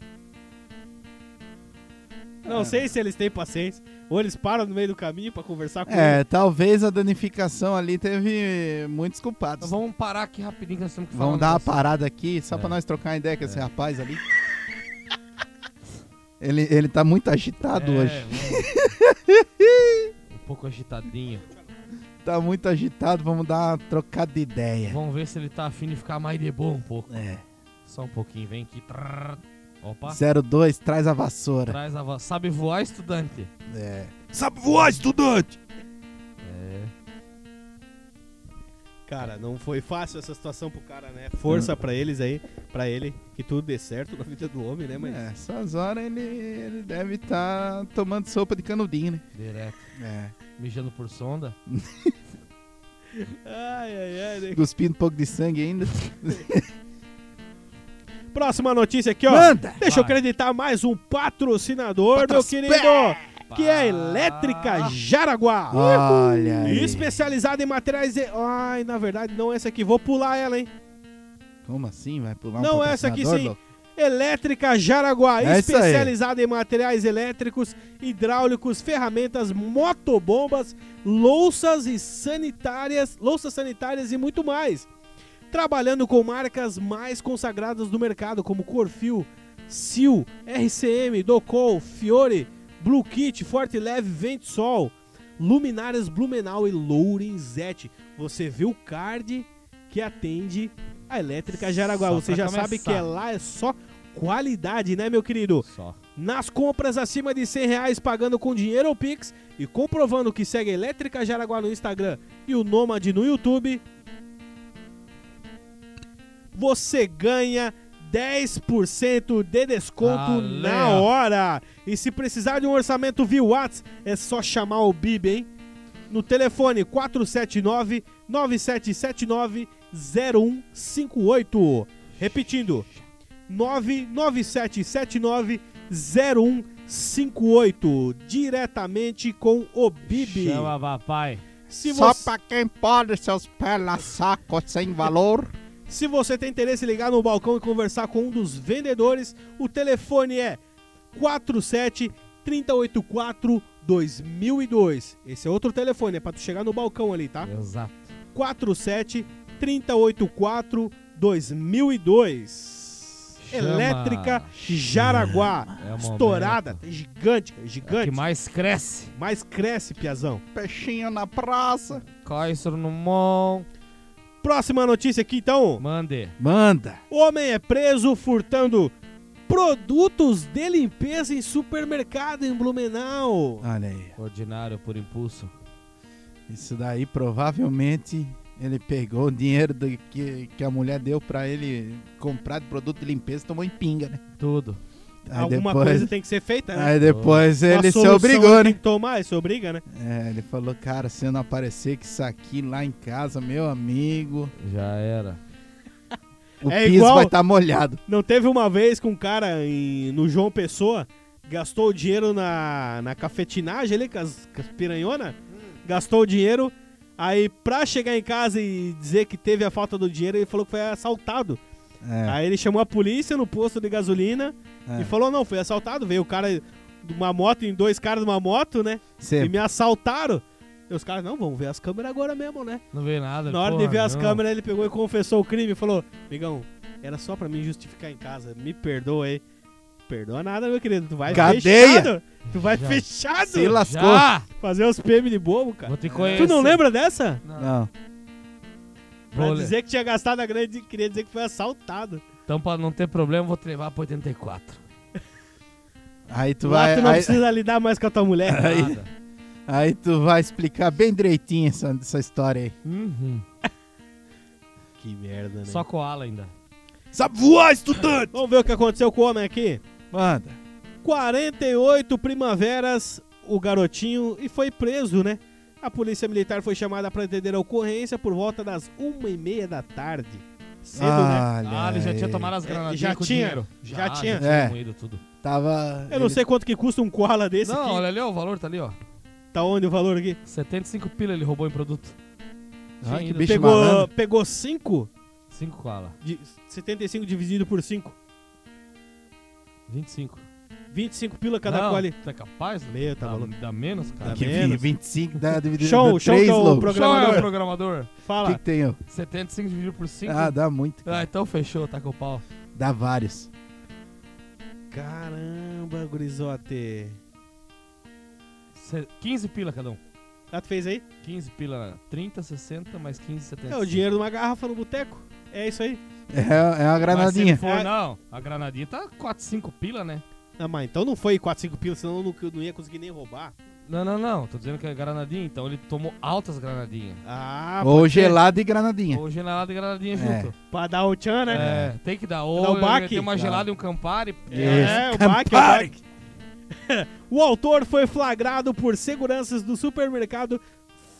[SPEAKER 1] Não
[SPEAKER 2] É.
[SPEAKER 1] sei se eles têm paciência. Ou eles param no meio do caminho pra conversar com ele.
[SPEAKER 3] É, talvez a danificação ali teve muitos
[SPEAKER 2] Então
[SPEAKER 3] culpados.
[SPEAKER 2] vamos parar aqui rapidinho que nós temos que falar.
[SPEAKER 3] Vamos
[SPEAKER 2] um
[SPEAKER 3] dar uma
[SPEAKER 2] negócio.
[SPEAKER 3] parada aqui, só
[SPEAKER 2] É.
[SPEAKER 3] pra nós trocar uma ideia com esse rapaz ali. Ele, ele tá muito agitado
[SPEAKER 2] É,
[SPEAKER 3] hoje.
[SPEAKER 2] vamos. um pouco agitadinho.
[SPEAKER 3] Tá muito agitado, vamos dar uma trocada de ideia.
[SPEAKER 2] Vamos ver se ele tá afim de ficar mais de boa um pouco.
[SPEAKER 3] É.
[SPEAKER 2] Só um pouquinho, vem aqui. Trrr. Opa.
[SPEAKER 3] 02, traz a vassoura.
[SPEAKER 2] Traz a voz. Sabe voar, estudante?
[SPEAKER 3] É.
[SPEAKER 1] Sabe voar, estudante!
[SPEAKER 2] É.
[SPEAKER 1] Cara, não foi fácil essa situação pro cara, né? Força pra eles aí, pra ele, que tudo dê certo na vida do homem, né, mas.
[SPEAKER 3] É, essas horas ele, ele deve estar tomando sopa de canudinho, né?
[SPEAKER 2] Direto.
[SPEAKER 3] É.
[SPEAKER 2] Mijando por sonda.
[SPEAKER 1] Ai, ai, ai. né?
[SPEAKER 3] Cuspindo um pouco de sangue ainda.
[SPEAKER 1] Próxima notícia aqui, ó.
[SPEAKER 3] Manda!
[SPEAKER 1] Deixa eu
[SPEAKER 2] Vai.
[SPEAKER 1] acreditar mais um patrocinador,
[SPEAKER 3] Patrocínio.
[SPEAKER 1] meu querido, que é a Elétrica Jaraguá.
[SPEAKER 3] Olha aí.
[SPEAKER 1] Especializada em materiais. de- Ai, na verdade, não essa aqui. Vou pular ela, hein?
[SPEAKER 3] Como assim? Vai pular um
[SPEAKER 1] Não, essa aqui
[SPEAKER 3] patrocinador,
[SPEAKER 1] sim.
[SPEAKER 3] louco?
[SPEAKER 1] Elétrica Jaraguá,
[SPEAKER 3] É isso aí.
[SPEAKER 1] especializada em materiais elétricos, hidráulicos, ferramentas, motobombas, louças e sanitárias, louças sanitárias e muito mais. Trabalhando com marcas mais consagradas do mercado, como Corfil, Sil, RCM, Docol, Fiore, Blue Kit, Forte Leve, Ventisol, Luminárias Blumenau e Lourenzete. Você viu o card que atende a Elétrica Jaraguá.
[SPEAKER 2] Só
[SPEAKER 1] Você
[SPEAKER 2] pra
[SPEAKER 1] já sabe que
[SPEAKER 2] começar.
[SPEAKER 1] é lá é só qualidade, né, meu querido?
[SPEAKER 2] Só.
[SPEAKER 1] Nas compras acima de 100 reais, pagando com dinheiro ou Pix e comprovando que segue a Elétrica Jaraguá no Instagram e o Nômade no YouTube, você ganha 10% de desconto
[SPEAKER 2] Ale.
[SPEAKER 1] na hora. E se precisar de um orçamento via Whats, é só chamar o Bibi, hein? No telefone 479 9779 0158. Repetindo, 997790158, diretamente com o Bibi.
[SPEAKER 2] papai.
[SPEAKER 1] Se
[SPEAKER 3] Só
[SPEAKER 1] você-
[SPEAKER 3] pra quem pode, seus pela saco sem valor.
[SPEAKER 1] Se você tem interesse em ligar no balcão e conversar com um dos vendedores, o telefone é 47 384 2002. Esse é outro telefone, é pra tu chegar no balcão ali, tá?
[SPEAKER 2] Exato.
[SPEAKER 1] 47 384 2002.
[SPEAKER 2] Chama.
[SPEAKER 1] Elétrica Jaraguá.
[SPEAKER 2] É o momento.
[SPEAKER 1] Estourada, tá gigante, cara,
[SPEAKER 2] É que
[SPEAKER 1] gigante.
[SPEAKER 2] mais cresce.
[SPEAKER 1] mais cresce, piazão.
[SPEAKER 3] Peixinho na praça.
[SPEAKER 2] Caixo no mão.
[SPEAKER 1] Próxima notícia aqui então.
[SPEAKER 2] Mande.
[SPEAKER 3] Manda.
[SPEAKER 1] Homem é preso furtando produtos de limpeza em supermercado em Blumenau.
[SPEAKER 3] Olha aí.
[SPEAKER 2] Ordinário por impulso.
[SPEAKER 3] Isso daí provavelmente ele pegou o dinheiro do que, que a mulher deu pra ele comprar de produto de limpeza e tomou em pinga, né?
[SPEAKER 2] Tudo.
[SPEAKER 3] Aí
[SPEAKER 1] Alguma
[SPEAKER 3] depois,
[SPEAKER 1] coisa tem que ser feita, né?
[SPEAKER 3] Aí depois
[SPEAKER 1] Uma
[SPEAKER 3] ele se
[SPEAKER 1] solução
[SPEAKER 3] obrigou,
[SPEAKER 1] Tem
[SPEAKER 3] né?
[SPEAKER 1] que tomar, ele se obriga, né?
[SPEAKER 3] É, ele falou, cara, se eu não aparecer com isso aqui lá em casa, meu amigo,
[SPEAKER 2] Já era.
[SPEAKER 3] o
[SPEAKER 1] É
[SPEAKER 3] piso
[SPEAKER 1] igual-
[SPEAKER 3] vai estar molhado.
[SPEAKER 1] Não teve uma vez que um cara em- no João Pessoa gastou o dinheiro na, na cafetinagem ali, com as, com as piranhona, gastou o dinheiro, aí pra chegar em casa e dizer que teve a falta do dinheiro, ele falou que foi assaltado.
[SPEAKER 3] É,
[SPEAKER 1] Aí ele chamou a polícia no posto de gasolina
[SPEAKER 3] É.
[SPEAKER 1] e falou, não, foi assaltado. Veio o cara de uma moto, em dois caras de uma moto, né?
[SPEAKER 3] cê-
[SPEAKER 1] E me assaltaram. E os caras, não, vamos ver as câmeras agora mesmo, né?
[SPEAKER 2] Não veio nada.
[SPEAKER 1] Na hora
[SPEAKER 2] porra,
[SPEAKER 1] de ver as
[SPEAKER 2] não.
[SPEAKER 1] câmeras, ele pegou e confessou o crime e falou: Migão, era só pra mim justificar em casa, me perdoa aí. Perdoa nada, meu querido. Tu vai
[SPEAKER 3] Cadeia!
[SPEAKER 1] fechado. Tu vai
[SPEAKER 2] Já.
[SPEAKER 1] fechado.
[SPEAKER 3] se lascou.
[SPEAKER 2] Já!
[SPEAKER 1] Fazer os PM de bobo, cara.
[SPEAKER 2] Vou te conhecer.
[SPEAKER 1] Tu não lembra dessa?
[SPEAKER 3] Não,
[SPEAKER 1] Pra
[SPEAKER 2] Vou le-
[SPEAKER 1] dizer que tinha gastado a grande, queria dizer que foi assaltado.
[SPEAKER 2] Então, pra não ter problema, vou te levar pra 84.
[SPEAKER 3] aí tu
[SPEAKER 1] Lá
[SPEAKER 3] vai,
[SPEAKER 1] tu não
[SPEAKER 3] aí,
[SPEAKER 1] precisa lidar mais com a tua mulher.
[SPEAKER 2] Nada.
[SPEAKER 3] aí tu vai explicar bem direitinho essa, essa história aí.
[SPEAKER 2] Uhum.
[SPEAKER 1] Que merda, né?
[SPEAKER 2] Só coala ainda.
[SPEAKER 3] Sabe voar, estudante!
[SPEAKER 1] Vamos ver o que aconteceu com o homem aqui.
[SPEAKER 3] Manda.
[SPEAKER 1] 48 primaveras, o garotinho, e foi preso, né? A polícia militar foi chamada para atender a ocorrência por volta das uma e meia da tarde. Cedo, né?
[SPEAKER 2] Ah, ele já
[SPEAKER 3] aí.
[SPEAKER 2] tinha tomado as granadinhas
[SPEAKER 1] É, já
[SPEAKER 2] com
[SPEAKER 1] tinha,
[SPEAKER 2] dinheiro. Ah,
[SPEAKER 1] já tinha.
[SPEAKER 3] É.
[SPEAKER 2] moído tudo.
[SPEAKER 3] Tava...
[SPEAKER 1] Eu não
[SPEAKER 3] ele-
[SPEAKER 1] sei quanto que custa um koala desse
[SPEAKER 2] não,
[SPEAKER 1] aqui.
[SPEAKER 2] olha ali, ó, o valor tá ali, ó.
[SPEAKER 1] Tá onde o valor aqui?
[SPEAKER 2] 75 pila ele roubou em produto.
[SPEAKER 3] Ah, que
[SPEAKER 2] Ainda.
[SPEAKER 3] bicho
[SPEAKER 1] Pegou,
[SPEAKER 3] malandro.
[SPEAKER 1] pegou 5?
[SPEAKER 2] 5 coala.
[SPEAKER 1] De 75 dividido por 5.
[SPEAKER 2] 25.
[SPEAKER 1] 25 pila cada
[SPEAKER 2] não,
[SPEAKER 1] qual ali.
[SPEAKER 2] Tá capaz?
[SPEAKER 1] Meu, tá
[SPEAKER 2] dá,
[SPEAKER 1] maluco.
[SPEAKER 2] dá menos, cara.
[SPEAKER 1] Dá
[SPEAKER 3] Que
[SPEAKER 1] menos.
[SPEAKER 3] vi- 25 da tá dividido
[SPEAKER 1] Show,
[SPEAKER 3] por
[SPEAKER 1] show que
[SPEAKER 3] 3,
[SPEAKER 1] é o
[SPEAKER 3] louco.
[SPEAKER 1] programa.
[SPEAKER 2] Só
[SPEAKER 1] programador.
[SPEAKER 2] é o programador.
[SPEAKER 3] O
[SPEAKER 1] Fala.
[SPEAKER 3] que, que tem? ó?
[SPEAKER 2] 75 dividido por 5.
[SPEAKER 3] Ah, dá muito. cara.
[SPEAKER 2] Ah, então fechou, tá com o pau.
[SPEAKER 3] Dá vários.
[SPEAKER 1] Caramba, gurizote.
[SPEAKER 2] Se- 15 pila cada um.
[SPEAKER 1] Ah, tu fez aí?
[SPEAKER 2] 15 pila, 30, 60, mais 15, 70.
[SPEAKER 1] É o dinheiro de uma garrafa no boteco. É isso aí.
[SPEAKER 3] É, é uma granadinha.
[SPEAKER 2] Mas se
[SPEAKER 1] É.
[SPEAKER 2] for, não. A granadinha tá 4, 5 pila, né?
[SPEAKER 1] Ah, mas então não foi 4, 5 pila, senão eu não, eu não ia conseguir nem roubar.
[SPEAKER 2] Não, não, não. Tô dizendo que é granadinha, então ele tomou altas granadinhas.
[SPEAKER 1] Ah,
[SPEAKER 3] Ou
[SPEAKER 1] pode ser.
[SPEAKER 3] gelado e granadinha.
[SPEAKER 2] Ou gelada e granadinha
[SPEAKER 3] É.
[SPEAKER 2] junto.
[SPEAKER 1] Pra dar o tchan, né?
[SPEAKER 2] É, tem que dar.
[SPEAKER 1] Dá o
[SPEAKER 2] Ou
[SPEAKER 1] baque.
[SPEAKER 2] tem uma gelada e um campari.
[SPEAKER 1] É, o baque, o
[SPEAKER 3] Campari.
[SPEAKER 1] baque. o autor foi flagrado por seguranças do supermercado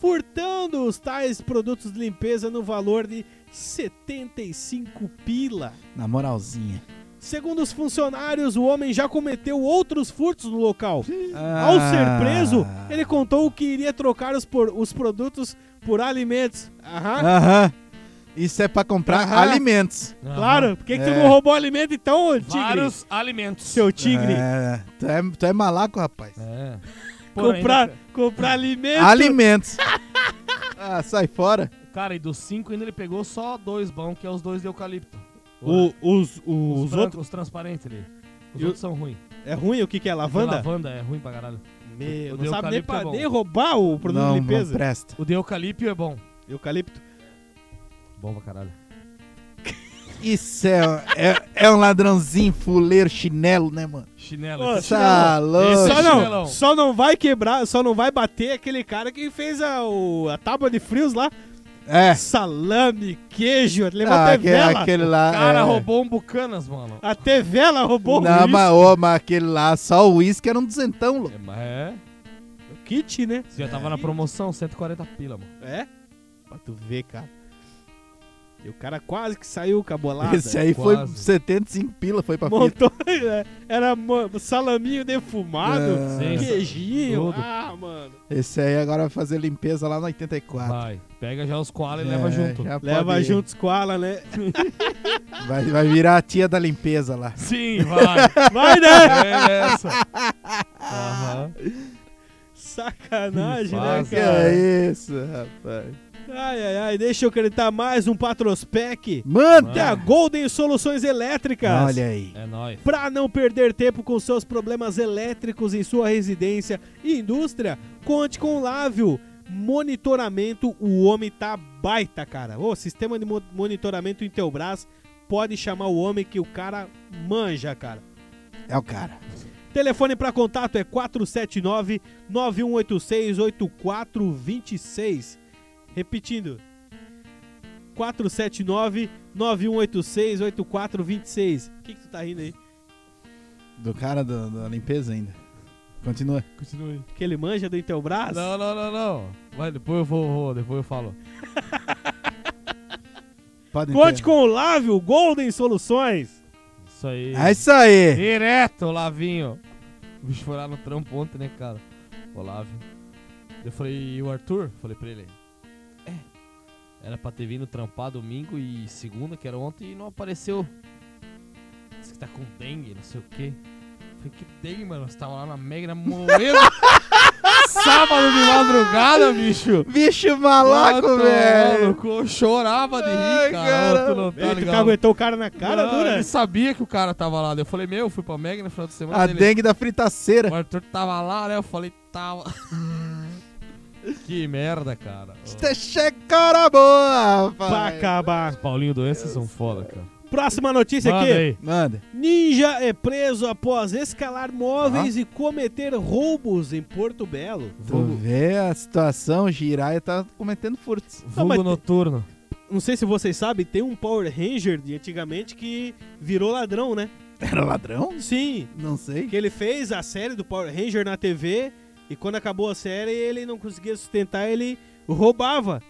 [SPEAKER 1] furtando os tais produtos de limpeza no valor de 75 pila.
[SPEAKER 3] Na moralzinha.
[SPEAKER 1] Segundo os funcionários, o homem já cometeu outros furtos no local. Ah.
[SPEAKER 3] Ah.
[SPEAKER 1] Ao ser preso, ele contou que iria trocar os, por- os produtos por alimentos. Aham,
[SPEAKER 3] Aham. Isso é pra comprar
[SPEAKER 1] Aham.
[SPEAKER 3] alimentos.
[SPEAKER 1] claro. Por que, que tu
[SPEAKER 3] É.
[SPEAKER 1] não roubou alimento então, ô tigre?
[SPEAKER 2] Vários alimentos.
[SPEAKER 1] Seu tigre.
[SPEAKER 3] É, tu, é, tu é malaco, rapaz.
[SPEAKER 2] É. Porém,
[SPEAKER 1] Comprar,
[SPEAKER 2] né,
[SPEAKER 1] comprar alimento.
[SPEAKER 3] Alimentos. ah, sai fora.
[SPEAKER 2] Cara, e dos cinco ainda ele pegou só dois bons, que é os dois de eucalipto.
[SPEAKER 1] O- os os,
[SPEAKER 2] os brancos,
[SPEAKER 1] outros.
[SPEAKER 2] os transparentes ali. Os
[SPEAKER 1] E o-
[SPEAKER 2] outros são ruins.
[SPEAKER 1] É ruim o que, que é? Lavanda?
[SPEAKER 2] Lavanda é ruim pra caralho.
[SPEAKER 1] Meu,
[SPEAKER 2] O
[SPEAKER 1] não
[SPEAKER 2] de
[SPEAKER 1] sabe nem,
[SPEAKER 2] eucalipto é
[SPEAKER 1] pra-
[SPEAKER 2] bom.
[SPEAKER 1] nem roubar o produto
[SPEAKER 3] não,
[SPEAKER 1] de
[SPEAKER 3] não
[SPEAKER 1] limpeza.
[SPEAKER 3] presta.
[SPEAKER 2] O de eucalipto é bom.
[SPEAKER 1] Eucalipto.
[SPEAKER 2] Bom pra caralho.
[SPEAKER 3] Isso é, é, é um ladrãozinho fuleiro chinelo, né, mano?
[SPEAKER 2] Chinelo.
[SPEAKER 1] Ô,
[SPEAKER 2] esse-
[SPEAKER 3] Tá louco.
[SPEAKER 2] Esse
[SPEAKER 1] Só
[SPEAKER 2] Oi,
[SPEAKER 1] não,
[SPEAKER 2] chinelão.
[SPEAKER 1] só não vai quebrar, só não vai bater aquele cara que fez a, o- a tábua de frios lá.
[SPEAKER 3] É.
[SPEAKER 1] Salame, queijo, levou
[SPEAKER 3] Ah,
[SPEAKER 1] até
[SPEAKER 3] aque-
[SPEAKER 1] vela.
[SPEAKER 3] aquele lá.
[SPEAKER 2] O cara
[SPEAKER 3] é.
[SPEAKER 2] roubou um bucanas, mano.
[SPEAKER 1] Até vela roubou o
[SPEAKER 3] Não,
[SPEAKER 1] uísque.
[SPEAKER 3] mas, ô, mas aquele lá, só o uísque era um duzentão, louco.
[SPEAKER 2] É, mas é.
[SPEAKER 1] Kit, né?
[SPEAKER 2] Você já tava na promoção, 140 pila, mano.
[SPEAKER 1] É? Pra tu ver, cara. E o cara quase que saiu com a bolada.
[SPEAKER 3] Esse aí
[SPEAKER 2] quase.
[SPEAKER 3] foi 75 pila, foi pra fita.
[SPEAKER 1] Montou, né? era mo- salaminho defumado,
[SPEAKER 2] É.
[SPEAKER 1] queijinho.
[SPEAKER 2] Tudo.
[SPEAKER 1] Ah, mano.
[SPEAKER 3] Esse aí agora vai fazer limpeza lá no 84.
[SPEAKER 2] Vai, pega já os koala e
[SPEAKER 3] É,
[SPEAKER 2] leva junto.
[SPEAKER 3] já pode
[SPEAKER 1] Leva
[SPEAKER 3] ir.
[SPEAKER 1] junto escola, né?
[SPEAKER 3] Vai, vai virar a tia da limpeza lá.
[SPEAKER 2] Sim, vai.
[SPEAKER 1] Vai, né?
[SPEAKER 2] é essa. Aham.
[SPEAKER 1] Sacanagem, né,
[SPEAKER 2] Faz,
[SPEAKER 3] Que
[SPEAKER 1] cara?
[SPEAKER 3] é isso, rapaz?
[SPEAKER 1] Ai, ai, ai. Deixa eu acreditar mais um Patrospec.
[SPEAKER 3] Manda!
[SPEAKER 2] Ah.
[SPEAKER 1] Da Golden Soluções Elétricas.
[SPEAKER 3] Olha aí.
[SPEAKER 2] É nóis.
[SPEAKER 1] Para não perder tempo com seus problemas elétricos em sua residência e indústria, conte com o Lávio. Monitoramento, o homem tá baita, cara. O sistema de mo- monitoramento Intelbras pode chamar o homem que o cara manja, cara.
[SPEAKER 3] É o cara.
[SPEAKER 1] Telefone para contato é 479 9186 8426. Repetindo. 479 9186 8426. O que que tu tá rindo aí?
[SPEAKER 3] Do cara da, da limpeza ainda. Continua.
[SPEAKER 2] Continue.
[SPEAKER 1] que ele manja do Intelbras?
[SPEAKER 2] Não, não, não, não. Vai, depois eu vou, vou, depois eu falo.
[SPEAKER 3] Pode
[SPEAKER 1] Conte
[SPEAKER 3] interromper.
[SPEAKER 1] com o Lávio, Golden Soluções.
[SPEAKER 2] Isso aí.
[SPEAKER 3] É isso aí.
[SPEAKER 2] Direto, Lavinho. O bicho foi lá no trampo ontem, né, cara? O Lavinho. Eu falei, e o Arthur? Falei pra ele. É. Era pra ter vindo trampar domingo e segunda, que era ontem, e não apareceu. Diz que tá com dengue, não sei o quê. Falei, que dengue, mano? Você tava lá na Mega morrendo. Sábado de madrugada, bicho.
[SPEAKER 3] Bicho
[SPEAKER 2] Ah,
[SPEAKER 3] malaco,
[SPEAKER 2] tá
[SPEAKER 3] velho.
[SPEAKER 2] maluco, Eu chorava de
[SPEAKER 3] Ai,
[SPEAKER 2] rir, cara.
[SPEAKER 3] cara.
[SPEAKER 2] Tu não tá
[SPEAKER 1] Ele tu
[SPEAKER 2] ligado.
[SPEAKER 1] caguetou o cara na cara,
[SPEAKER 2] Não,
[SPEAKER 1] dura?
[SPEAKER 2] Ele sabia que o cara tava lá. né? Eu falei, meu, eu fui pra Mega no final de semana.
[SPEAKER 3] A
[SPEAKER 2] dele-
[SPEAKER 3] dengue da fritaceira.
[SPEAKER 2] O Arthur tava lá, né? Eu falei, tava. que merda, cara.
[SPEAKER 3] Você é cara boa,
[SPEAKER 2] é.
[SPEAKER 1] Pra
[SPEAKER 3] rapaz.
[SPEAKER 1] acabar.
[SPEAKER 2] Os Paulinho Doenças são foda, cara.
[SPEAKER 1] Próxima notícia
[SPEAKER 2] Manda
[SPEAKER 1] aqui.
[SPEAKER 2] aí.
[SPEAKER 3] Manda.
[SPEAKER 1] Ninja é preso após escalar móveis e cometer roubos em Porto Belo.
[SPEAKER 3] Tu
[SPEAKER 2] Hum.
[SPEAKER 3] vê a situação, Jiraiya tá cometendo furtos.
[SPEAKER 1] Não, mas
[SPEAKER 2] Vulgo
[SPEAKER 1] tem-
[SPEAKER 2] noturno.
[SPEAKER 1] Não sei se vocês sabem, tem um Power Ranger de antigamente que virou ladrão, né?
[SPEAKER 3] Era ladrão?
[SPEAKER 1] Sim,
[SPEAKER 3] Não sei.
[SPEAKER 1] que ele fez a série do Power Ranger na TV e quando acabou a série ele não conseguia sustentar, ele roubava.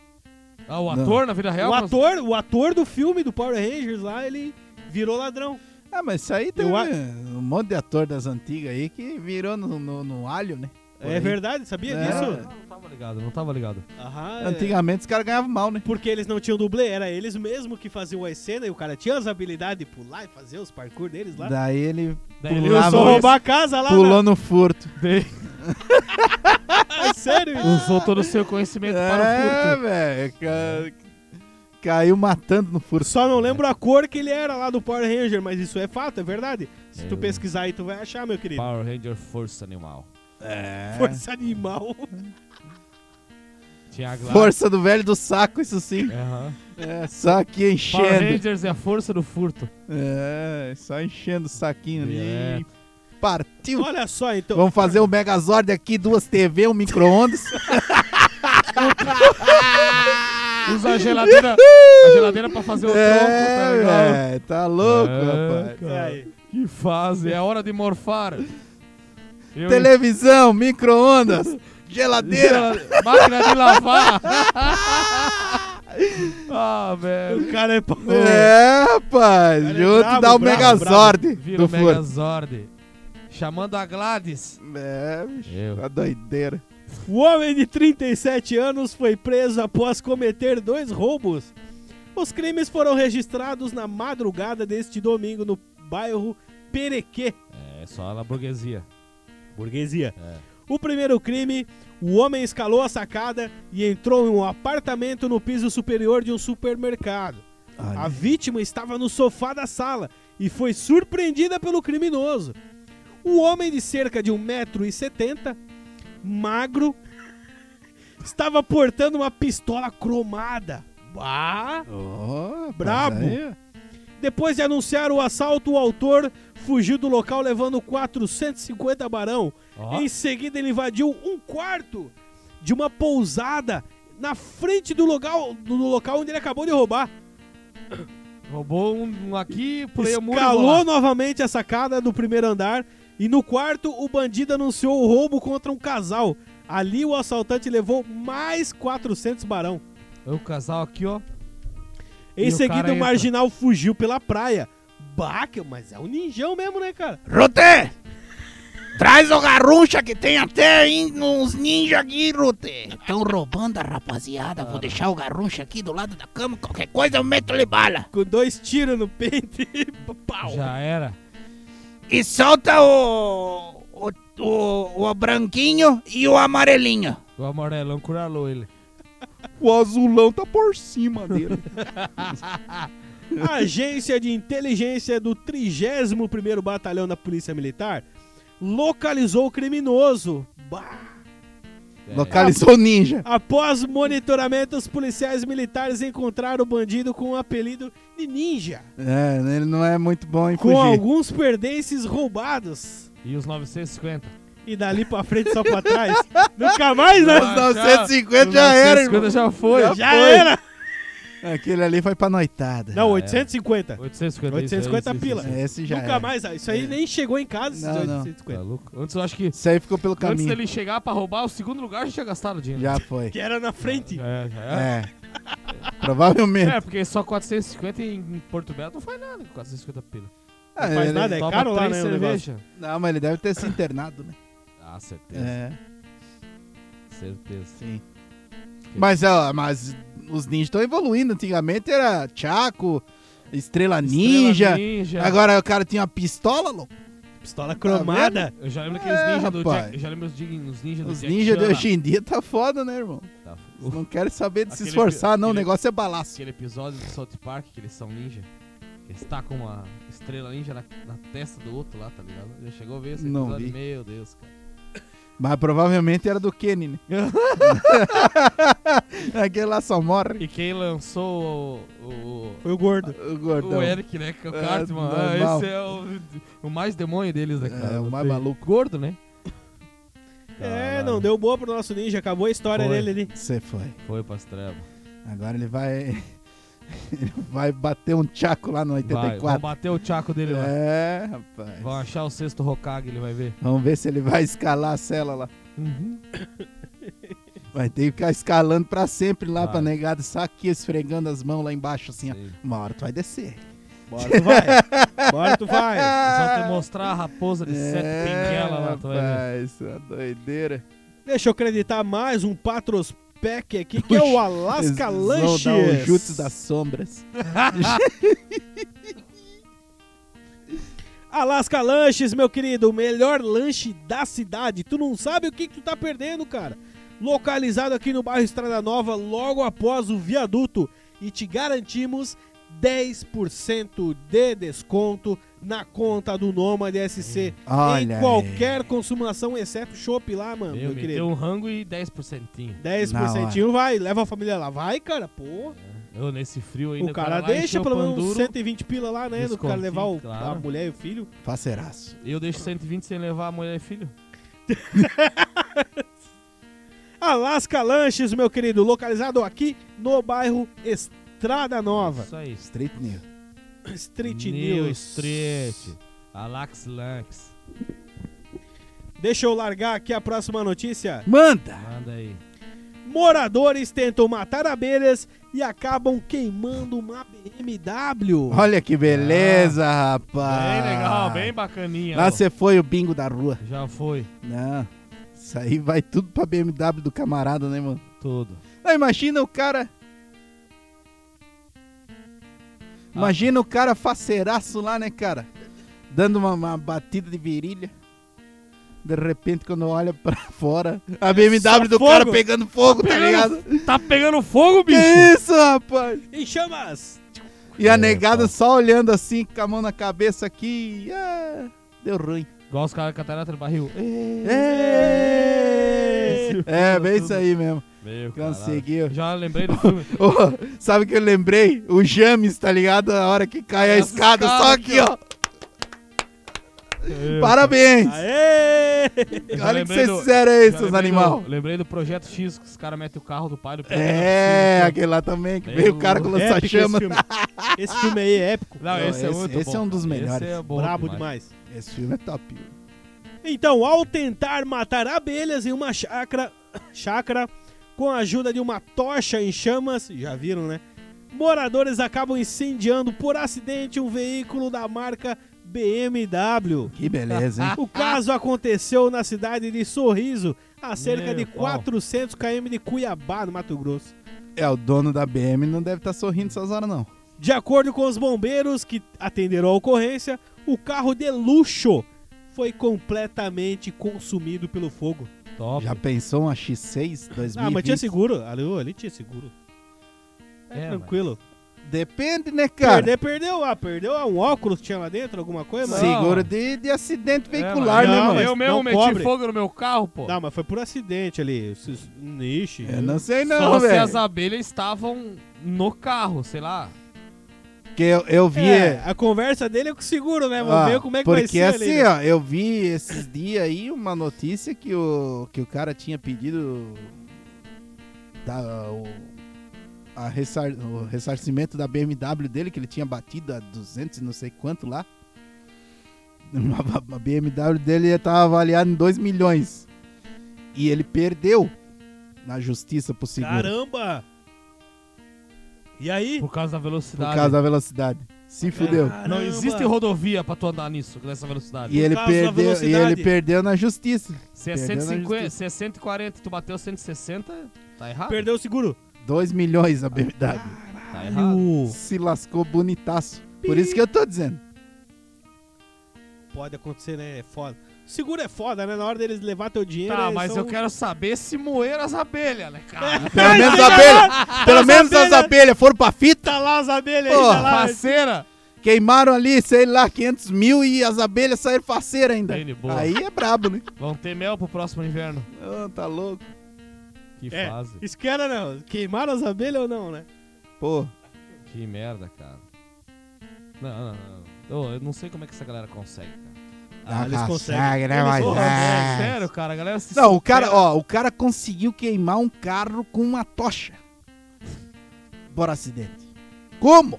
[SPEAKER 2] Ah, o
[SPEAKER 3] Não.
[SPEAKER 2] ator na vida real?
[SPEAKER 1] o ator, o ator do filme do Power Rangers lá, ele virou ladrão.
[SPEAKER 3] Ah, mas isso aí tem
[SPEAKER 1] Eu
[SPEAKER 3] um,
[SPEAKER 1] a-
[SPEAKER 3] um monte de ator das antigas aí que virou no, no, no alho, né? Por
[SPEAKER 1] É
[SPEAKER 3] aí.
[SPEAKER 1] verdade, sabia
[SPEAKER 3] É.
[SPEAKER 1] disso?
[SPEAKER 2] Ah, Não tava ligado, não tava ligado.
[SPEAKER 1] Aham. é.
[SPEAKER 3] Antigamente os caras ganhavam mal, né?
[SPEAKER 1] Porque eles não tinham dublê, era eles mesmo que faziam a cena e o cara tinha as habilidades de pular e fazer os parkour deles lá.
[SPEAKER 3] Daí ele
[SPEAKER 2] Daí
[SPEAKER 1] Eu
[SPEAKER 3] Pulava
[SPEAKER 1] só
[SPEAKER 3] isso.
[SPEAKER 1] roubar a casa lá,
[SPEAKER 3] pulou no furto.
[SPEAKER 1] né? É sério?
[SPEAKER 2] Usou todo o seu conhecimento para o
[SPEAKER 3] É,
[SPEAKER 2] furto.
[SPEAKER 3] velho. ca- Caiu matando no furto.
[SPEAKER 1] Só não lembro a cor que ele era lá do Power Ranger, mas isso é fato, é verdade. Se tu
[SPEAKER 2] Eu-
[SPEAKER 1] pesquisar aí, tu vai achar, meu querido.
[SPEAKER 2] Power Ranger Força Animal.
[SPEAKER 3] É.
[SPEAKER 1] Força animal.
[SPEAKER 2] Tinha a Gladys.
[SPEAKER 3] Força do velho do saco, isso sim.
[SPEAKER 2] Aham.
[SPEAKER 3] É, só aqui
[SPEAKER 2] Power
[SPEAKER 3] enchendo.
[SPEAKER 2] Rangers é a força do furto.
[SPEAKER 3] É, só enchendo o saquinho ali.
[SPEAKER 2] Direto.
[SPEAKER 3] Partiu.
[SPEAKER 1] Olha só, então.
[SPEAKER 3] É. Vamos fazer o Megazord aqui, duas TV, um micro-ondas.
[SPEAKER 2] Usa a geladeira, a geladeira pra
[SPEAKER 1] É,
[SPEAKER 2] fazer o tronco, tá ligado?
[SPEAKER 3] é, velho, tá louco,
[SPEAKER 2] É,
[SPEAKER 3] rapaz.
[SPEAKER 2] cara.
[SPEAKER 1] Aí.
[SPEAKER 2] Que fase, é hora de morfar. Eu
[SPEAKER 3] Televisão, micro-ondas, geladeira.
[SPEAKER 2] Gela- Máquina de lavar. ah, velho.
[SPEAKER 1] O cara é. pau-
[SPEAKER 3] É, rapaz,
[SPEAKER 1] Cara, é
[SPEAKER 3] junto
[SPEAKER 1] brabo,
[SPEAKER 3] dá o
[SPEAKER 1] brabo,
[SPEAKER 3] Megazord
[SPEAKER 2] Vira
[SPEAKER 3] do
[SPEAKER 2] o
[SPEAKER 3] furo.
[SPEAKER 2] Megazord. Chamando a Gladys.
[SPEAKER 3] É, bicho,
[SPEAKER 2] Eu.
[SPEAKER 3] a doideira.
[SPEAKER 1] O homem de 37 anos foi preso após cometer dois roubos. Os crimes foram registrados na madrugada deste domingo no bairro Perequê,
[SPEAKER 2] É, só na burguesia.
[SPEAKER 1] burguesia.
[SPEAKER 2] É.
[SPEAKER 1] O primeiro crime, o homem escalou a sacada e entrou em um apartamento no piso superior de um supermercado. A vítima estava no sofá da sala e foi surpreendida pelo criminoso. O homem de cerca de 1,70m, magro, estava portando uma pistola cromada. Ah!
[SPEAKER 3] Ó,
[SPEAKER 1] Brabo.
[SPEAKER 3] aí,
[SPEAKER 2] é.
[SPEAKER 1] Depois de anunciar o assalto, o autor fugiu do local levando 450 barão.
[SPEAKER 2] Ó.
[SPEAKER 1] Em seguida, ele invadiu um quarto de uma pousada na frente do local, do local onde ele acabou de roubar.
[SPEAKER 2] Roubou um um aqui, pulei o muro. e vou
[SPEAKER 1] Escalou
[SPEAKER 2] lá.
[SPEAKER 1] novamente a sacada do primeiro andar e no quarto o bandido anunciou o roubo contra um casal. Ali o assaltante levou mais 400 barão.
[SPEAKER 2] É O casal aqui, ó.
[SPEAKER 1] Em
[SPEAKER 2] E o
[SPEAKER 1] seguida,
[SPEAKER 2] cara
[SPEAKER 1] o,
[SPEAKER 2] entra.
[SPEAKER 1] marginal fugiu pela praia. Bah, que- mas é um ninjão mesmo, né, cara?
[SPEAKER 3] Rute! Traz o garrucha que tem até aí uns ninja aqui, Rute.
[SPEAKER 4] Estão roubando a rapaziada. Vou deixar o garrucho aqui do lado da cama. Qualquer coisa eu meto-lhe bala.
[SPEAKER 1] Com dois tiros no peito e pau.
[SPEAKER 2] Já era.
[SPEAKER 4] E solta o. O, o, o branquinho e o amarelinho.
[SPEAKER 2] O amarelão curalou ele.
[SPEAKER 3] O azulão tá por cima dele.
[SPEAKER 1] A agência de inteligência do 31º Batalhão da Polícia Militar localizou o criminoso. Bah.
[SPEAKER 2] É,
[SPEAKER 3] Localizou o ninja.
[SPEAKER 1] Após monitoramento, os policiais militares encontraram o bandido com o apelido de Ninja,
[SPEAKER 3] É, ele não é muito bom em
[SPEAKER 1] com
[SPEAKER 3] fugir.
[SPEAKER 1] alguns pertences roubados.
[SPEAKER 2] E os 950?
[SPEAKER 1] E dali pra frente, só pra trás. Nunca mais, né?
[SPEAKER 3] Os 950 já era, irmão.
[SPEAKER 2] 950 já foi.
[SPEAKER 1] Já
[SPEAKER 3] foi.
[SPEAKER 1] era!
[SPEAKER 3] Aquele ali foi pra noitada.
[SPEAKER 1] Não,
[SPEAKER 2] era.
[SPEAKER 1] 850.
[SPEAKER 2] 850.
[SPEAKER 1] 850
[SPEAKER 2] isso, isso,
[SPEAKER 1] pila.
[SPEAKER 2] isso, isso.
[SPEAKER 3] Esse já
[SPEAKER 1] Nunca
[SPEAKER 3] era.
[SPEAKER 1] mais. ah, Isso aí
[SPEAKER 3] É.
[SPEAKER 1] nem chegou em casa, esses
[SPEAKER 3] Não, não.
[SPEAKER 1] 850.
[SPEAKER 2] Tá louco? Antes eu acho que.
[SPEAKER 3] Isso aí ficou pelo
[SPEAKER 2] Antes
[SPEAKER 3] caminho.
[SPEAKER 2] dele chegar pra roubar o segundo lugar, já tinha gastado dinheiro.
[SPEAKER 3] Já foi.
[SPEAKER 1] Que era na frente.
[SPEAKER 2] É, já era.
[SPEAKER 3] É. Provavelmente.
[SPEAKER 2] É, porque só 450 em Porto Belo não faz nada com 450 pila.
[SPEAKER 3] Ah,
[SPEAKER 1] faz
[SPEAKER 3] ele-
[SPEAKER 1] nada, É
[SPEAKER 2] Toma
[SPEAKER 1] caro lá,
[SPEAKER 2] três
[SPEAKER 1] né, o
[SPEAKER 2] cerveja.
[SPEAKER 3] Não, mas ele deve ter se internado, né?
[SPEAKER 2] Ah, certeza.
[SPEAKER 3] É,
[SPEAKER 2] Certeza.
[SPEAKER 3] sim. Mas, ó, mas os ninjas estão evoluindo. Antigamente era Chaco, Estrela Ninja.
[SPEAKER 2] Estrela ninja.
[SPEAKER 3] Agora o cara tinha uma pistola, louco.
[SPEAKER 1] Pistola cromada.
[SPEAKER 2] Eu já lembro aqueles
[SPEAKER 3] É,
[SPEAKER 2] ninja do
[SPEAKER 3] rapaz.
[SPEAKER 2] Jack. Eu já lembro os dig- os ninja do
[SPEAKER 3] Os
[SPEAKER 2] Jack
[SPEAKER 3] ninjas
[SPEAKER 2] Chan
[SPEAKER 3] de
[SPEAKER 2] lá.
[SPEAKER 3] hoje em dia tá foda, né, irmão?
[SPEAKER 2] Tá.
[SPEAKER 3] Eles
[SPEAKER 2] O-
[SPEAKER 3] Não quero saber de se
[SPEAKER 2] Aquele
[SPEAKER 3] esforçar,
[SPEAKER 2] epi-
[SPEAKER 3] não. O
[SPEAKER 2] aquele-
[SPEAKER 3] negócio é balaço.
[SPEAKER 2] Aquele episódio do South Park que eles são ninja. que Eles tacam uma estrela ninja na, na testa do outro lá, tá ligado? Já chegou a ver esse
[SPEAKER 3] Não
[SPEAKER 2] episódio?
[SPEAKER 3] vi.
[SPEAKER 2] Meu Deus, cara.
[SPEAKER 3] Mas provavelmente era do Kenny, né? Aquele lá só morre.
[SPEAKER 2] E quem lançou o. o...
[SPEAKER 1] Foi o gordo.
[SPEAKER 3] O
[SPEAKER 2] o
[SPEAKER 3] gordão.
[SPEAKER 2] Eric, né? Que é o
[SPEAKER 3] É,
[SPEAKER 2] Cartman. Ah,
[SPEAKER 3] normal.
[SPEAKER 2] esse é o, o mais demônio deles, né, cara?
[SPEAKER 3] É, o
[SPEAKER 2] Não
[SPEAKER 3] mais
[SPEAKER 2] tem-
[SPEAKER 3] maluco.
[SPEAKER 2] Gordo, né?
[SPEAKER 1] É,
[SPEAKER 2] Caralho.
[SPEAKER 1] não, deu boa pro nosso ninja. Acabou a história
[SPEAKER 2] Foi.
[SPEAKER 1] dele ali.
[SPEAKER 3] Você foi.
[SPEAKER 2] Foi pras trevas.
[SPEAKER 3] Agora ele vai. ele vai bater um tchaco lá no
[SPEAKER 2] Vai, vão
[SPEAKER 3] 84.
[SPEAKER 2] bater o tchaco dele lá.
[SPEAKER 3] é, rapaz.
[SPEAKER 2] Vão achar o sexto Hokage, ele vai ver.
[SPEAKER 3] Vamos ver se ele vai escalar a cela lá. Uhum. Vai ter que ficar escalando pra sempre lá
[SPEAKER 2] Vai.
[SPEAKER 3] pra negada, só aqui esfregando as mãos lá embaixo, assim, ó.
[SPEAKER 2] Sim.
[SPEAKER 3] Uma hora tu vai descer.
[SPEAKER 1] Bora tu vai. Bora tu vai.
[SPEAKER 2] Só te mostrar a raposa de sete pinguelas lá, tu vai ver.
[SPEAKER 3] É, Rapaz, uma doideira.
[SPEAKER 1] Deixa eu acreditar mais um patrospec aqui, que é o
[SPEAKER 3] Eles
[SPEAKER 1] Alaska
[SPEAKER 3] Vão dar um
[SPEAKER 1] Lanches.
[SPEAKER 3] jutsu das sombras.
[SPEAKER 1] Alaska Lanches, meu querido, o melhor lanche da cidade. Tu não sabe o que, que tu tá perdendo, cara. Localizado aqui no bairro Estrada Nova, logo após o viaduto. E te garantimos 10% de desconto na conta do Nômade SC.
[SPEAKER 3] Olha
[SPEAKER 1] em
[SPEAKER 3] aí.
[SPEAKER 1] qualquer consumação, exceto chopp lá, mano, meu,
[SPEAKER 2] Meu, me deu
[SPEAKER 1] querido.
[SPEAKER 2] um rango e 10%.
[SPEAKER 1] 10% vai, leva a família lá. Vai, cara, pô.
[SPEAKER 2] Eu nesse frio ainda.
[SPEAKER 1] O cara
[SPEAKER 2] vai
[SPEAKER 1] deixa
[SPEAKER 2] encher o
[SPEAKER 1] pelo
[SPEAKER 2] pão
[SPEAKER 1] menos
[SPEAKER 2] duro,
[SPEAKER 1] 120 pila lá, né? Do cara
[SPEAKER 2] Descontinho,
[SPEAKER 1] levar o- a
[SPEAKER 2] claro.
[SPEAKER 1] mulher e o filho.
[SPEAKER 3] Faceiraço.
[SPEAKER 2] Eu deixo 120 sem levar a mulher e filho.
[SPEAKER 1] Alaska Lanches, meu querido, localizado aqui no bairro Estrada Nova.
[SPEAKER 2] Isso aí.
[SPEAKER 3] Street New.
[SPEAKER 1] Street
[SPEAKER 2] New
[SPEAKER 1] News.
[SPEAKER 2] Street. Alax Lanx.
[SPEAKER 1] Deixa eu largar aqui a próxima notícia.
[SPEAKER 3] Manda!
[SPEAKER 2] Manda aí.
[SPEAKER 1] Moradores tentam matar abelhas e acabam queimando uma BMW.
[SPEAKER 3] Olha que beleza, rapaz.
[SPEAKER 2] Ah, Bem legal, bem bacaninha.
[SPEAKER 3] Ah. Lá
[SPEAKER 2] ó.
[SPEAKER 3] você foi o bingo da rua.
[SPEAKER 2] Já foi.
[SPEAKER 3] Não. Isso aí vai tudo pra BMW do camarada, né, mano?
[SPEAKER 2] Tudo.
[SPEAKER 3] Ah, imagina o cara. Imagina o cara faceiraço lá, né, cara? Dando uma, uma batida de virilha. De repente, quando olha pra fora, a BMW do
[SPEAKER 1] fogo.
[SPEAKER 3] cara pegando fogo, tá
[SPEAKER 2] Pegando-
[SPEAKER 3] ligado?
[SPEAKER 2] Tá pegando fogo,
[SPEAKER 3] Que
[SPEAKER 2] bicho.
[SPEAKER 3] isso, rapaz?
[SPEAKER 1] Em chamas.
[SPEAKER 3] E a
[SPEAKER 2] É,
[SPEAKER 3] negada
[SPEAKER 2] pá.
[SPEAKER 3] só olhando assim, com a mão na cabeça aqui. Ah, deu ruim.
[SPEAKER 2] Igual os caras catarata no barril.
[SPEAKER 3] É, é bem isso aí mesmo.
[SPEAKER 2] Meu,
[SPEAKER 3] Conseguiu.
[SPEAKER 2] caralho. Já lembrei do filme.
[SPEAKER 3] Ô, sabe o que eu lembrei? O James, tá ligado? A hora que cai a
[SPEAKER 2] Essa
[SPEAKER 3] escada,
[SPEAKER 2] escada
[SPEAKER 3] só
[SPEAKER 2] aqui,
[SPEAKER 3] aqui, ó.
[SPEAKER 2] Eu-
[SPEAKER 3] Parabéns!
[SPEAKER 1] Ah, é? Aê!
[SPEAKER 2] eu já
[SPEAKER 3] Olha o que
[SPEAKER 2] lembrei
[SPEAKER 3] vocês
[SPEAKER 2] do-
[SPEAKER 3] fizeram aí,
[SPEAKER 2] já
[SPEAKER 3] seus
[SPEAKER 2] lembrei do-
[SPEAKER 3] animal.
[SPEAKER 2] Lembrei do Projeto X, que os caras metem o carro do pai do Pedro.
[SPEAKER 3] É, aquele lá também, que
[SPEAKER 2] Tem
[SPEAKER 3] veio
[SPEAKER 2] o-
[SPEAKER 3] o cara com
[SPEAKER 1] Épico esse
[SPEAKER 3] lança-chama.
[SPEAKER 1] filme. Esse filme aí é épico.
[SPEAKER 2] Não, esse, é
[SPEAKER 3] Esse-
[SPEAKER 2] muito
[SPEAKER 3] esse
[SPEAKER 2] bom,
[SPEAKER 3] é um dos
[SPEAKER 2] cara.
[SPEAKER 3] melhores.
[SPEAKER 2] Esse é bom
[SPEAKER 1] Brabo demais.
[SPEAKER 3] Esse filme é top.
[SPEAKER 1] Então, ao tentar matar abelhas em uma chácara, chácara com a ajuda de uma tocha em chamas, já viram, né? moradores acabam incendiando por acidente um veículo da marca BMW.
[SPEAKER 3] Que beleza, hein?
[SPEAKER 1] O caso aconteceu na cidade de Sorriso, a cerca
[SPEAKER 2] Meu
[SPEAKER 1] de
[SPEAKER 2] pau.
[SPEAKER 1] 400 km de Cuiabá, no Mato Grosso.
[SPEAKER 3] É, o dono da BM não deve estar sorrindo essas horas, não.
[SPEAKER 1] De acordo com os bombeiros que atenderam a ocorrência, o carro de luxo foi completamente consumido pelo fogo.
[SPEAKER 2] Top. É,
[SPEAKER 3] Já pensou uma X6 2020?
[SPEAKER 1] Ah, mas tinha seguro. Ali, ali tinha seguro. É,
[SPEAKER 2] É,
[SPEAKER 1] tranquilo.
[SPEAKER 3] Depende, né, cara?
[SPEAKER 1] Perder, perdeu. Ah, perdeu ah, um óculos que tinha lá dentro, alguma coisa.
[SPEAKER 2] Sim.
[SPEAKER 3] Seguro de, de acidente
[SPEAKER 2] É,
[SPEAKER 3] veicular,
[SPEAKER 1] mano.
[SPEAKER 3] né,
[SPEAKER 1] Não,
[SPEAKER 3] mano?
[SPEAKER 1] mas
[SPEAKER 2] eu mesmo
[SPEAKER 1] não
[SPEAKER 2] meti
[SPEAKER 1] cobre.
[SPEAKER 2] fogo no meu carro, pô.
[SPEAKER 1] Não, mas foi por acidente ali. esses- Ixi.
[SPEAKER 3] Eu É, não sei
[SPEAKER 2] Só
[SPEAKER 3] não,
[SPEAKER 2] se
[SPEAKER 3] velho.
[SPEAKER 2] as abelhas estavam no carro, sei lá.
[SPEAKER 3] Porque eu, eu vi...
[SPEAKER 1] É, a conversa dele é com o seguro, né? Vamos
[SPEAKER 3] Ah,
[SPEAKER 1] ver como é que
[SPEAKER 3] porque
[SPEAKER 1] vai ser
[SPEAKER 3] assim,
[SPEAKER 1] ali. né?
[SPEAKER 3] ó, eu vi esses dias aí uma notícia que o, que o cara tinha pedido da, o, a ressar, o ressarcimento da BMW dele, que ele tinha batido a 200 e não sei quanto lá. A BMW dele estava avaliada em 2 milhões. E ele perdeu na justiça pro seguro.
[SPEAKER 1] Caramba! E aí?
[SPEAKER 2] Por causa da velocidade.
[SPEAKER 3] Por causa da velocidade. Se fudeu.
[SPEAKER 2] Não
[SPEAKER 1] Caramba!
[SPEAKER 2] existe rodovia pra tu andar nisso, nessa velocidade.
[SPEAKER 3] E ele,
[SPEAKER 1] causa da
[SPEAKER 3] perdeu, e
[SPEAKER 1] velocidade.
[SPEAKER 3] ele perdeu na justiça.
[SPEAKER 2] Se é,
[SPEAKER 3] Perdeu na
[SPEAKER 2] 150,
[SPEAKER 3] justiça.
[SPEAKER 2] se é 140 tu bateu 160, tá errado.
[SPEAKER 1] Perdeu o seguro.
[SPEAKER 3] 2 milhões a BMW.
[SPEAKER 2] Tá errado.
[SPEAKER 1] Ah.
[SPEAKER 3] se lascou bonitaço. Por isso que eu tô dizendo.
[SPEAKER 1] Pode acontecer, né? É foda. Seguro é foda, né? Na hora deles levar teu dinheiro.
[SPEAKER 2] Tá,
[SPEAKER 1] eles
[SPEAKER 2] mas
[SPEAKER 1] são-
[SPEAKER 2] eu quero saber se moeram as abelhas, né, cara?
[SPEAKER 3] Pelo menos a abelha, pelo
[SPEAKER 1] As
[SPEAKER 3] menos as
[SPEAKER 1] abelhas-
[SPEAKER 3] abelhas foram pra fita,
[SPEAKER 1] Tá lá as abelhas aí,
[SPEAKER 3] Porra,
[SPEAKER 1] tá lá.
[SPEAKER 2] Parceira!
[SPEAKER 3] queimaram ali, sei lá, 500 mil e as abelhas saíram faceira ainda.
[SPEAKER 1] Tá
[SPEAKER 2] Bem de boa.
[SPEAKER 3] Aí é brabo, né?
[SPEAKER 2] Vão ter mel pro próximo inverno.
[SPEAKER 3] Ah, tá louco.
[SPEAKER 2] Que
[SPEAKER 1] É,
[SPEAKER 2] fase.
[SPEAKER 1] isso que era, não. Queimaram as abelhas ou não, né?
[SPEAKER 3] Pô,
[SPEAKER 2] Que merda, cara. Não, não, não. Ô, eu não sei como é que essa galera consegue, cara.
[SPEAKER 1] Ah, eles
[SPEAKER 3] Ah,
[SPEAKER 1] conseguem.
[SPEAKER 3] sagra,
[SPEAKER 1] Eles
[SPEAKER 3] mas-
[SPEAKER 1] vão-
[SPEAKER 2] Porra,
[SPEAKER 3] Ah.
[SPEAKER 2] velho, sério, cara, a galera se
[SPEAKER 3] não, o cara,
[SPEAKER 2] supera.
[SPEAKER 3] ó, o cara conseguiu queimar um carro com uma tocha. Por acidente. Como?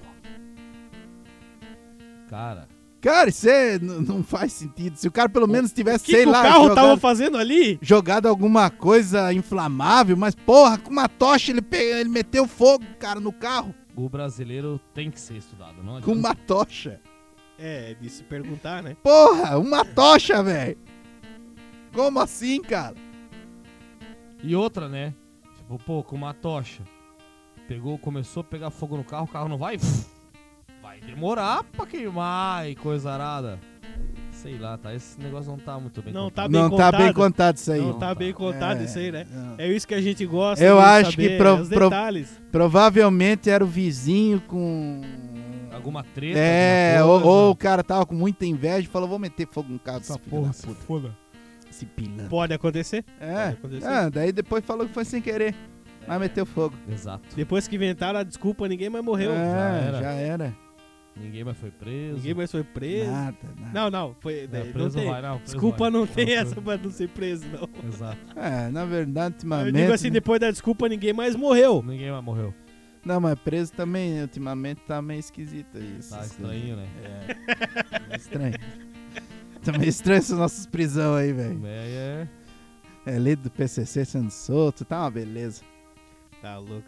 [SPEAKER 2] Cara,
[SPEAKER 3] Cara, isso é, n- não faz sentido. Se o cara pelo menos
[SPEAKER 1] O
[SPEAKER 3] tivesse,
[SPEAKER 1] que,
[SPEAKER 3] sei
[SPEAKER 1] que
[SPEAKER 3] lá,
[SPEAKER 1] o carro tá
[SPEAKER 3] jogado-
[SPEAKER 1] tava fazendo ali?
[SPEAKER 3] jogado alguma coisa inflamável, mas porra, com uma tocha ele, pe- ele meteu fogo, cara, no carro.
[SPEAKER 2] o brasileiro tem que ser estudado, não
[SPEAKER 3] Com
[SPEAKER 2] adianta.
[SPEAKER 3] uma tocha.
[SPEAKER 1] É, de se perguntar, né?
[SPEAKER 3] Porra, uma tocha, velho. Como assim, cara?
[SPEAKER 2] E outra, né? Tipo, pô, com uma tocha. Pegou, começou a pegar fogo no carro, o carro não vai. Vai demorar pra queimar e coisa arada. Sei lá, tá? Esse negócio não tá muito bem.
[SPEAKER 1] Não tá
[SPEAKER 2] contado.
[SPEAKER 1] bem
[SPEAKER 3] não
[SPEAKER 1] contado.
[SPEAKER 3] tá bem contado isso aí.
[SPEAKER 1] Não tá bem contado
[SPEAKER 3] É,
[SPEAKER 1] isso aí, né?
[SPEAKER 3] não.
[SPEAKER 1] É isso que a gente gosta.
[SPEAKER 3] Eu
[SPEAKER 1] de
[SPEAKER 3] acho
[SPEAKER 1] saber,
[SPEAKER 3] que pro-
[SPEAKER 1] os
[SPEAKER 3] pro-
[SPEAKER 1] detalhes.
[SPEAKER 3] Provavelmente era o vizinho com.
[SPEAKER 2] Alguma treta.
[SPEAKER 3] É,
[SPEAKER 2] alguma
[SPEAKER 3] ou,
[SPEAKER 2] tá coisa.
[SPEAKER 3] ou o cara tava com muita inveja e falou: vou meter fogo no carro
[SPEAKER 2] Essa
[SPEAKER 3] desse filho
[SPEAKER 2] porra
[SPEAKER 3] da
[SPEAKER 2] se
[SPEAKER 3] puta,
[SPEAKER 2] foda.
[SPEAKER 3] esse pilantra.
[SPEAKER 1] Pode acontecer.
[SPEAKER 3] É,
[SPEAKER 1] acontecer.
[SPEAKER 3] é, daí depois falou que foi sem querer, mas meteu fogo.
[SPEAKER 2] Exato.
[SPEAKER 1] Depois que inventaram a desculpa, ninguém mais morreu.
[SPEAKER 3] é,
[SPEAKER 2] já era.
[SPEAKER 3] Já era.
[SPEAKER 2] Ninguém mais foi preso.
[SPEAKER 1] Ninguém mais foi preso.
[SPEAKER 3] Nada, nada.
[SPEAKER 1] Não, não, foi. é,
[SPEAKER 2] Não,
[SPEAKER 1] não
[SPEAKER 2] É, preso
[SPEAKER 1] tem.
[SPEAKER 2] vai, não, preso
[SPEAKER 1] desculpa
[SPEAKER 2] vai.
[SPEAKER 1] não tem
[SPEAKER 2] Não,
[SPEAKER 1] essa pra não ser preso, não.
[SPEAKER 2] preso- Exato.
[SPEAKER 3] É, na verdade,
[SPEAKER 1] Eu
[SPEAKER 3] ultimamente.
[SPEAKER 1] digo assim,
[SPEAKER 3] né?
[SPEAKER 1] depois da desculpa, ninguém mais morreu.
[SPEAKER 2] Ninguém mais morreu.
[SPEAKER 3] Não, mas preso também, ultimamente tá meio esquisito isso.
[SPEAKER 2] Tá
[SPEAKER 3] Essas
[SPEAKER 2] estranho, né?
[SPEAKER 3] coisas. Tá estranho. tá meio estranho essas nossas prisão aí, velho.
[SPEAKER 2] É, é.
[SPEAKER 3] É lei do PCC sendo solto, tá uma beleza.
[SPEAKER 1] Tá louco.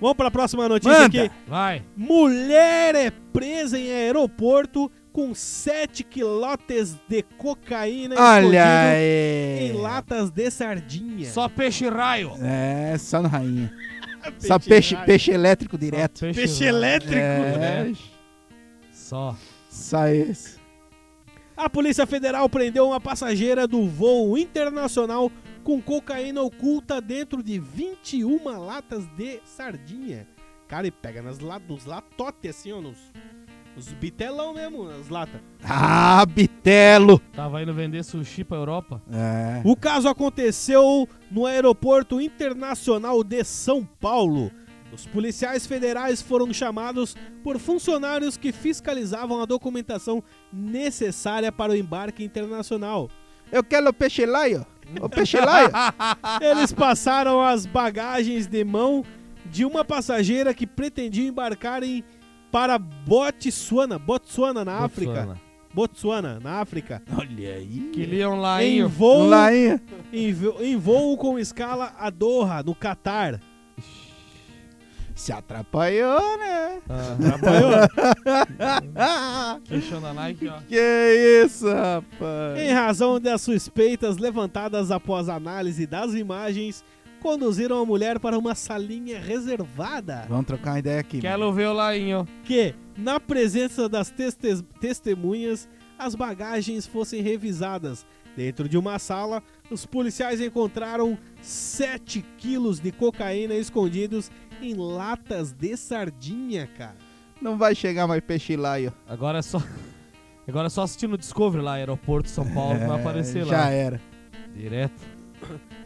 [SPEAKER 1] Vamos pra próxima notícia
[SPEAKER 3] Manda!
[SPEAKER 1] aqui.
[SPEAKER 2] Vai.
[SPEAKER 1] Mulher é presa em aeroporto com 7 quilotes de cocaína
[SPEAKER 3] Olha
[SPEAKER 1] Tá escondido
[SPEAKER 3] aí!
[SPEAKER 1] em latas de sardinha.
[SPEAKER 2] Só peixe raio.
[SPEAKER 3] É, só no rainha. só peixe, peixe elétrico direto.
[SPEAKER 2] Só
[SPEAKER 1] Peixe
[SPEAKER 2] raio.
[SPEAKER 1] elétrico,
[SPEAKER 3] É,
[SPEAKER 1] né?
[SPEAKER 2] Só.
[SPEAKER 3] Só isso.
[SPEAKER 1] A Polícia Federal prendeu uma passageira do voo internacional com cocaína oculta dentro de 21 latas de sardinha. Cara, e pega nas la- nos latotes assim, ó, nos, nos bitelão mesmo, nas latas.
[SPEAKER 3] Ah, bitelo!
[SPEAKER 2] Tava indo vender sushi pra Europa.
[SPEAKER 3] É.
[SPEAKER 1] O caso aconteceu no Aeroporto Internacional de São Paulo. Os policiais federais foram chamados por funcionários que fiscalizavam a documentação necessária para o embarque internacional.
[SPEAKER 3] Eu quero o peixe laio! O peixe laio!
[SPEAKER 1] Eles passaram as bagagens de mão de uma passageira que pretendia embarcar em para Botsuana, Botsuana na África,
[SPEAKER 2] Botswana.
[SPEAKER 1] Botsuana na África,
[SPEAKER 3] Olha aí!
[SPEAKER 2] Que liam lá
[SPEAKER 1] em
[SPEAKER 2] hein?
[SPEAKER 1] voo,
[SPEAKER 3] Lainha!
[SPEAKER 1] em, vo- em voo com escala a Doha, no Catar.
[SPEAKER 3] Se atrapalhou, né? Ah!
[SPEAKER 2] Ah,
[SPEAKER 1] Apanhou?
[SPEAKER 2] queixão da Nike, ó.
[SPEAKER 3] que isso, rapaz?
[SPEAKER 1] Em razão das suspeitas levantadas após a análise das imagens, conduziram a mulher para uma salinha reservada,
[SPEAKER 3] Vamos trocar uma ideia aqui. mano.
[SPEAKER 2] Quero ver o Lainho.
[SPEAKER 1] que, na presença das testes- testemunhas, as bagagens fossem revisadas. Dentro de uma sala, os policiais encontraram 7 quilos de cocaína escondidos em latas de sardinha, cara.
[SPEAKER 3] Não vai chegar mais peixe lá, ó.
[SPEAKER 2] Agora é só. Agora é só assistindo o Discovery lá, Aeroporto São Paulo, que vai aparecer
[SPEAKER 3] É, Já
[SPEAKER 2] lá.
[SPEAKER 3] era.
[SPEAKER 2] é. Direto.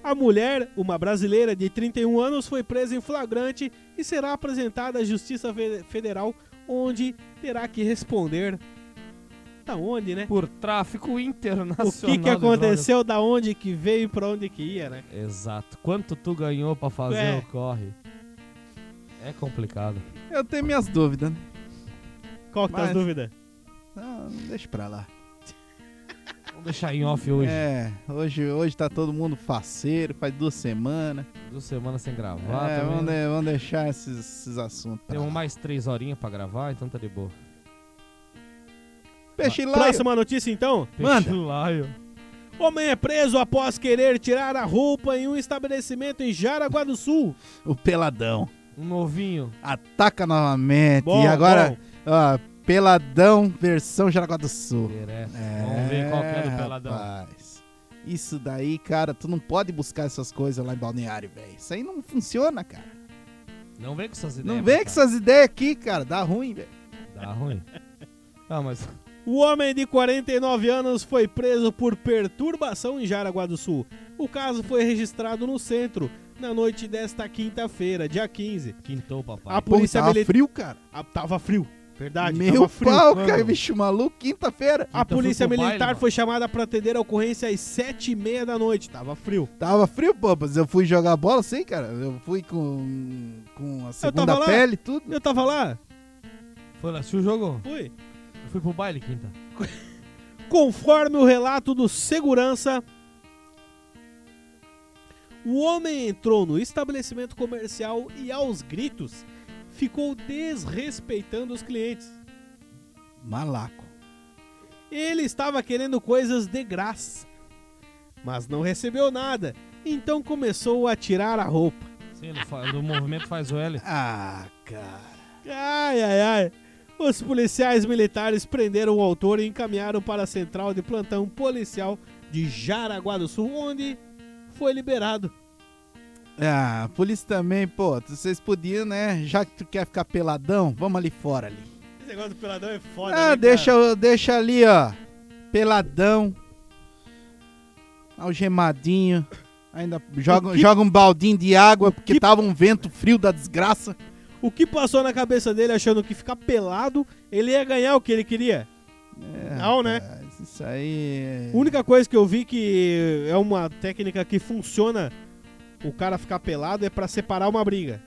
[SPEAKER 1] A mulher, uma brasileira de 31 anos, foi presa em flagrante e será apresentada à Justiça Fe- Federal, onde terá que responder. Da onde, né?
[SPEAKER 2] Por tráfico internacional.
[SPEAKER 1] O que, que
[SPEAKER 2] de drogas.
[SPEAKER 1] aconteceu, da onde que veio e pra onde que ia, né?
[SPEAKER 2] Exato. Quanto tu ganhou pra fazer
[SPEAKER 1] É.
[SPEAKER 2] o corre? É complicado.
[SPEAKER 3] Eu tenho minhas dúvidas, né?
[SPEAKER 1] Qual que tá as
[SPEAKER 3] Mas-
[SPEAKER 1] dúvidas?
[SPEAKER 3] Não, não deixa pra lá.
[SPEAKER 2] Vamos deixar em off hoje.
[SPEAKER 3] É, hoje, hoje tá todo mundo faceiro, faz duas semanas.
[SPEAKER 2] Duas semanas sem gravar.
[SPEAKER 3] é,
[SPEAKER 2] também,
[SPEAKER 3] vamos,
[SPEAKER 2] né?
[SPEAKER 3] de- vamos deixar esses, esses assuntos. pra
[SPEAKER 2] Temos
[SPEAKER 3] lá.
[SPEAKER 2] mais três horinhas pra gravar, então tá de boa. um-
[SPEAKER 3] Peixe lá.
[SPEAKER 1] Próxima notícia, então.
[SPEAKER 3] Manda.
[SPEAKER 2] Peixe-laio.
[SPEAKER 1] Homem é preso após querer tirar a roupa em um estabelecimento em Jaraguá do Sul.
[SPEAKER 3] O peladão.
[SPEAKER 2] Um novinho.
[SPEAKER 3] Ataca novamente.
[SPEAKER 1] Bom,
[SPEAKER 3] e agora,
[SPEAKER 1] bom.
[SPEAKER 3] ó, peladão versão Jaraguá do Sul.
[SPEAKER 2] Direto. Vamos ver qual que é do peladão.
[SPEAKER 3] rapaz. Isso daí, cara, tu não pode buscar essas coisas lá em Balneário, velho. Isso aí não funciona, cara.
[SPEAKER 2] Não vem com essas ideias.
[SPEAKER 3] Não vem com essas ideias aqui, cara. Dá ruim, velho.
[SPEAKER 2] cara. Dá ruim. Ah, mas
[SPEAKER 1] O homem de 49 anos foi preso por perturbação em Jaraguá do Sul. O caso foi registrado no centro na noite desta quinta-feira, dia 15.
[SPEAKER 2] quintou, papai.
[SPEAKER 1] A polícia
[SPEAKER 3] Pô, tava
[SPEAKER 1] militar
[SPEAKER 3] frio, cara.
[SPEAKER 1] Ah, tava frio, verdade.
[SPEAKER 3] Meu
[SPEAKER 1] tava frio.
[SPEAKER 3] pau,
[SPEAKER 2] Ah, mano.
[SPEAKER 3] cara, bicho maluco, quinta-feira.
[SPEAKER 1] A
[SPEAKER 2] Então
[SPEAKER 1] polícia
[SPEAKER 2] foi pro
[SPEAKER 1] militar
[SPEAKER 2] baile,
[SPEAKER 1] foi chamada pra atender a ocorrência às sete e meia da noite. Tava frio.
[SPEAKER 3] Tava frio, pô, mas eu fui jogar bola, sei, cara. Eu fui com, com a
[SPEAKER 1] tava
[SPEAKER 3] segunda
[SPEAKER 1] lá.
[SPEAKER 3] pele e tudo.
[SPEAKER 1] Eu tava lá,
[SPEAKER 2] Foi lá, assistiu o jogo?
[SPEAKER 1] fui.
[SPEAKER 2] Eu fui pro baile quinta.
[SPEAKER 1] Conforme o relato do segurança, o homem entrou no estabelecimento comercial e aos gritos ficou desrespeitando os clientes.
[SPEAKER 3] Malaco.
[SPEAKER 1] Ele estava querendo coisas de graça, mas não recebeu nada. Então começou a tirar a roupa.
[SPEAKER 2] Sim, no, fa- no movimento faz o L.
[SPEAKER 3] Ah, cara.
[SPEAKER 1] Ai, ai, ai. Os policiais militares prenderam o autor e encaminharam para a central de plantão policial de Jaraguá do Sul, onde foi liberado.
[SPEAKER 3] Ah, a polícia também, pô. Vocês podiam, né? Já que tu quer ficar peladão, vamos ali fora ali.
[SPEAKER 1] Esse negócio do peladão é foda.
[SPEAKER 3] Ah, deixa, eu- deixa ali, ó. Peladão. Algemadinho. Ainda joga, joga um baldinho de água, porque
[SPEAKER 1] que-
[SPEAKER 3] tava um vento frio da desgraça.
[SPEAKER 1] O que passou na cabeça dele achando que ficar pelado ele ia ganhar o que ele queria? Não, né?
[SPEAKER 3] Rapaz, Isso aí. é-
[SPEAKER 1] A única coisa que eu vi que é uma técnica que funciona o cara ficar pelado é pra separar uma briga.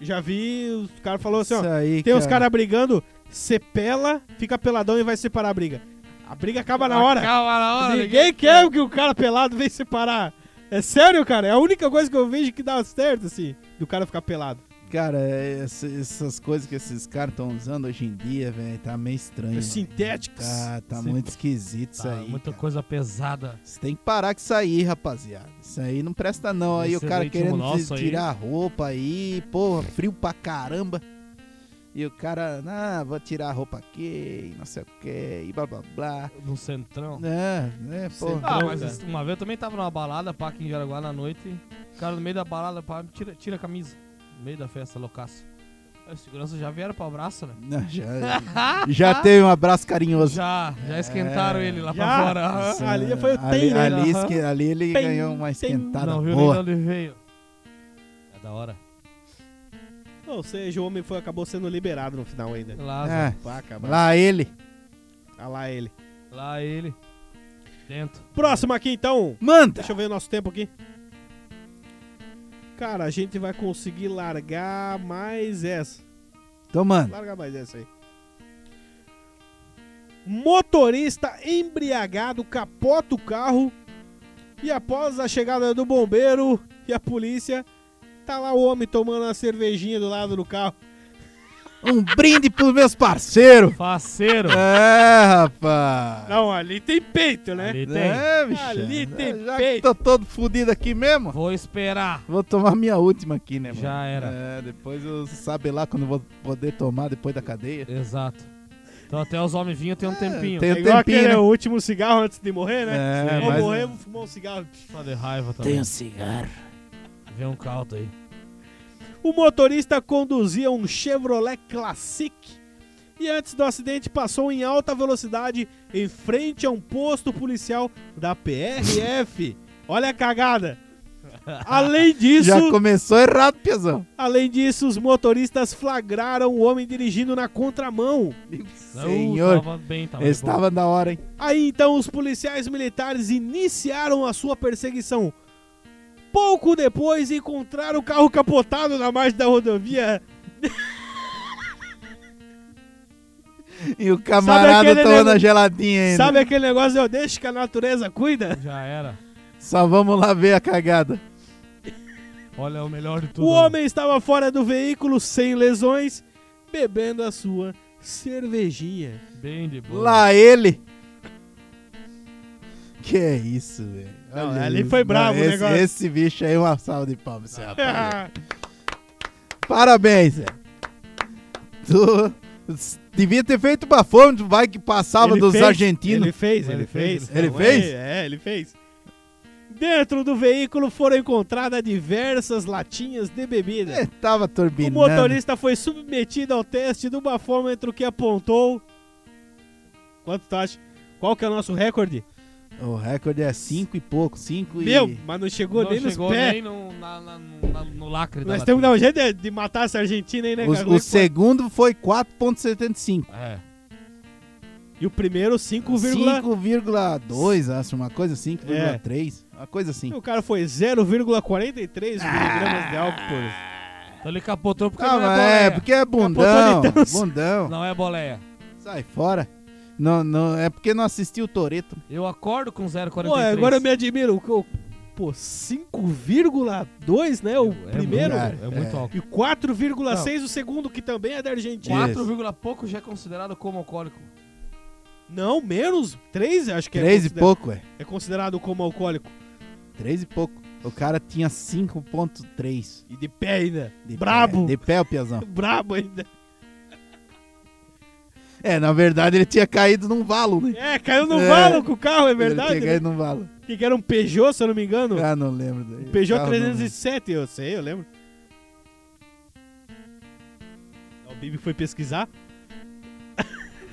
[SPEAKER 1] Já vi, os caras falaram assim, ó,
[SPEAKER 3] Isso aí,
[SPEAKER 1] Tem uns caras brigando, você pela, fica peladão e vai separar a briga. A briga acaba na hora.
[SPEAKER 2] Acaba na hora.
[SPEAKER 1] Ninguém quer que o cara pelado vem separar. É sério, cara? É a única coisa que eu vejo que dá certo, assim, do cara ficar pelado.
[SPEAKER 3] Cara, essa- essas coisas que esses caras estão usando hoje em dia, velho, tá meio estranho.
[SPEAKER 1] Os sintéticos.
[SPEAKER 3] Tá, tá
[SPEAKER 2] Sim.
[SPEAKER 3] muito esquisito isso
[SPEAKER 2] Tá,
[SPEAKER 3] aí.
[SPEAKER 2] muita
[SPEAKER 3] cara.
[SPEAKER 2] coisa pesada.
[SPEAKER 3] Você tem que parar com isso aí, rapaziada. Isso aí não presta não. Aí
[SPEAKER 2] Esse
[SPEAKER 3] o cara
[SPEAKER 2] ritmo
[SPEAKER 3] querendo
[SPEAKER 2] nosso aí.
[SPEAKER 3] tirar a roupa aí, porra, frio pra caramba. E o cara, ah, vou tirar a roupa aqui, e não sei o que, e blá blá blá.
[SPEAKER 2] No centrão.
[SPEAKER 3] É, né, porra.
[SPEAKER 2] Ah, mas
[SPEAKER 1] cara.
[SPEAKER 2] isso- uma vez eu também tava numa balada, pá, aqui em Jaraguá na noite. O cara no meio da balada, pá, tira, tira a camisa. No meio da festa, loucaço. Aí Os seguranças já vieram pro abraço, né?
[SPEAKER 3] Não, já, já teve um abraço carinhoso. Ah,
[SPEAKER 2] Já, já esquentaram
[SPEAKER 3] É.
[SPEAKER 2] ele lá
[SPEAKER 1] Já?
[SPEAKER 2] pra fora. aham.
[SPEAKER 1] Sim. Ali foi o tem, né?
[SPEAKER 3] ali,
[SPEAKER 2] Aham.
[SPEAKER 3] esque- ali ele
[SPEAKER 1] Tem,
[SPEAKER 3] ganhou uma
[SPEAKER 1] tem.
[SPEAKER 3] esquentada
[SPEAKER 2] Não viu nem de
[SPEAKER 3] Tá boa.
[SPEAKER 2] onde veio. É da hora.
[SPEAKER 1] Ou seja, o homem foi, acabou sendo liberado no final ainda.
[SPEAKER 2] Lá,
[SPEAKER 3] É,
[SPEAKER 1] Pá, acabar.
[SPEAKER 3] lá ele.
[SPEAKER 1] Olha lá ele.
[SPEAKER 2] lá ele. Dentro.
[SPEAKER 1] Próximo aqui, então.
[SPEAKER 3] Manda!
[SPEAKER 1] Deixa eu ver o nosso tempo aqui. Cara, a gente vai conseguir largar mais essa.
[SPEAKER 3] Tomando.
[SPEAKER 1] Larga mais essa aí. Motorista embriagado capota o carro e após a chegada do bombeiro e a polícia tá lá o homem tomando uma cervejinha do lado do carro.
[SPEAKER 3] Um brinde pros meus parceiros.
[SPEAKER 2] Faceiro.
[SPEAKER 3] É, rapaz.
[SPEAKER 1] Não, ali tem peito, né?
[SPEAKER 2] Ali tem.
[SPEAKER 3] É, bicho.
[SPEAKER 1] Ali tem
[SPEAKER 3] Já que
[SPEAKER 1] peito.
[SPEAKER 3] tô todo fudido aqui mesmo,
[SPEAKER 2] Vou esperar.
[SPEAKER 3] vou tomar minha última aqui, né, mano?
[SPEAKER 2] Já era.
[SPEAKER 3] É, depois eu sabe lá quando eu vou poder tomar depois da cadeia.
[SPEAKER 2] Exato. Então até os homens vinhos tem um tempinho.
[SPEAKER 3] tem-
[SPEAKER 1] É
[SPEAKER 3] um
[SPEAKER 1] igual
[SPEAKER 3] tempinho,
[SPEAKER 1] aquele
[SPEAKER 3] né?
[SPEAKER 1] o último cigarro antes de morrer, né?
[SPEAKER 3] É,
[SPEAKER 1] Vou
[SPEAKER 3] mas-
[SPEAKER 1] morrer, vou fumar um cigarro.
[SPEAKER 2] Só de raiva
[SPEAKER 4] Tem
[SPEAKER 2] também.
[SPEAKER 4] um cigarro.
[SPEAKER 2] Vê um caldo aí.
[SPEAKER 1] O motorista conduzia um Chevrolet Classic e antes do acidente passou em alta velocidade em frente a um posto policial da PRF. Olha a cagada. Além disso,
[SPEAKER 3] Já começou errado, piazão.
[SPEAKER 1] além disso, os motoristas flagraram o homem dirigindo na contramão.
[SPEAKER 2] Não,
[SPEAKER 3] Senhor,
[SPEAKER 2] Tava bem, tava de boa.
[SPEAKER 3] estava na hora, hein?
[SPEAKER 1] Aí então os policiais militares iniciaram a sua perseguição. Pouco depois encontraram o carro capotado na margem da rodovia.
[SPEAKER 3] E o camarada
[SPEAKER 1] aquele
[SPEAKER 3] tomando
[SPEAKER 1] nego-
[SPEAKER 3] a geladinha ainda.
[SPEAKER 1] Sabe aquele negócio eu deixo que a natureza cuida?
[SPEAKER 2] Já era.
[SPEAKER 3] Só vamos lá ver a cagada.
[SPEAKER 2] Olha, é o melhor de tudo.
[SPEAKER 1] O homem estava fora do veículo sem lesões, bebendo a sua cervejinha.
[SPEAKER 2] Bem de boa.
[SPEAKER 3] Lá ele. Que é isso, velho.
[SPEAKER 1] Não,
[SPEAKER 3] Olha
[SPEAKER 1] ali
[SPEAKER 3] isso.
[SPEAKER 1] foi bravo o
[SPEAKER 3] esse,
[SPEAKER 1] negócio.
[SPEAKER 3] Esse bicho aí, uma salva de palmas. esse rapaz. Parabéns, Zé. Tu s- devia ter feito uma fome, vai que passava
[SPEAKER 1] Ele
[SPEAKER 3] dos
[SPEAKER 1] fez,
[SPEAKER 3] argentinos.
[SPEAKER 1] Ele fez, ele
[SPEAKER 2] Ele
[SPEAKER 1] fez.
[SPEAKER 2] fez,
[SPEAKER 3] ele
[SPEAKER 1] Ué,
[SPEAKER 3] fez?
[SPEAKER 1] É, ele fez. Dentro do veículo foram encontradas diversas latinhas de bebida.
[SPEAKER 3] É, tava
[SPEAKER 1] O
[SPEAKER 3] turbinando.
[SPEAKER 1] motorista foi submetido ao teste de uma forma entre o que apontou. Quanto tu acha? Qual que é o nosso recorde?
[SPEAKER 3] O recorde é cinco e pouco, cinco
[SPEAKER 1] Meu,
[SPEAKER 3] e...
[SPEAKER 1] mas não chegou
[SPEAKER 2] não
[SPEAKER 1] nem
[SPEAKER 2] chegou
[SPEAKER 1] nos pés.
[SPEAKER 2] nem no, na- na- na- no lacre da
[SPEAKER 1] Nós temos que
[SPEAKER 2] latinha.
[SPEAKER 1] dar um jeito de, de matar essa Argentina aí, né, cara?
[SPEAKER 3] O,
[SPEAKER 1] Como é
[SPEAKER 3] o
[SPEAKER 1] que foi?
[SPEAKER 3] segundo foi 4.75.
[SPEAKER 2] É.
[SPEAKER 1] E o primeiro, 5,2.
[SPEAKER 3] 5,2, acho, uma coisa, assim,
[SPEAKER 1] É.
[SPEAKER 3] 5,3, uma coisa assim.
[SPEAKER 1] O cara foi 0,43 miligramas de álcool por.
[SPEAKER 2] Então ele capotou porque
[SPEAKER 3] Ah,
[SPEAKER 2] não é
[SPEAKER 3] mas
[SPEAKER 2] boleia.
[SPEAKER 3] é, porque é bundão,
[SPEAKER 1] Capotou de dança.
[SPEAKER 3] bundão.
[SPEAKER 2] Não é boleia.
[SPEAKER 3] Sai fora. Não, não, é porque não assistiu o Toreto.
[SPEAKER 2] Eu acordo com 0,43.
[SPEAKER 1] Pô, agora é eu me admiro. o- o- Pô, 5,2, né? O
[SPEAKER 2] É
[SPEAKER 1] primeiro.
[SPEAKER 3] muito, cara.
[SPEAKER 2] É muito
[SPEAKER 3] É.
[SPEAKER 2] álcool.
[SPEAKER 1] E 4,6 o segundo, que também é da Argentina.
[SPEAKER 2] 4, pouco já é considerado como alcoólico.
[SPEAKER 1] Não, menos. 3, acho que
[SPEAKER 3] Três
[SPEAKER 1] é.
[SPEAKER 3] e
[SPEAKER 1] considera-
[SPEAKER 3] pouco, é.
[SPEAKER 1] É considerado como alcoólico.
[SPEAKER 3] Três e pouco. O cara tinha 5.3.
[SPEAKER 1] E de pé ainda.
[SPEAKER 3] de
[SPEAKER 1] brabo.
[SPEAKER 3] Pé, de pé, o piazão.
[SPEAKER 1] Brabo ainda.
[SPEAKER 3] É, na verdade ele tinha caído num valo, né?
[SPEAKER 1] É, caiu no
[SPEAKER 3] É.
[SPEAKER 1] valo com o carro, é
[SPEAKER 3] Ele
[SPEAKER 1] verdade.
[SPEAKER 3] tinha
[SPEAKER 1] né?
[SPEAKER 3] caído num valo.
[SPEAKER 1] Que que era um Peugeot, se eu não me engano.
[SPEAKER 3] Ah, não lembro. daí.
[SPEAKER 1] Peugeot
[SPEAKER 3] Carro né? não lembro.
[SPEAKER 1] 307, eu sei, eu lembro. O Bibi foi pesquisar.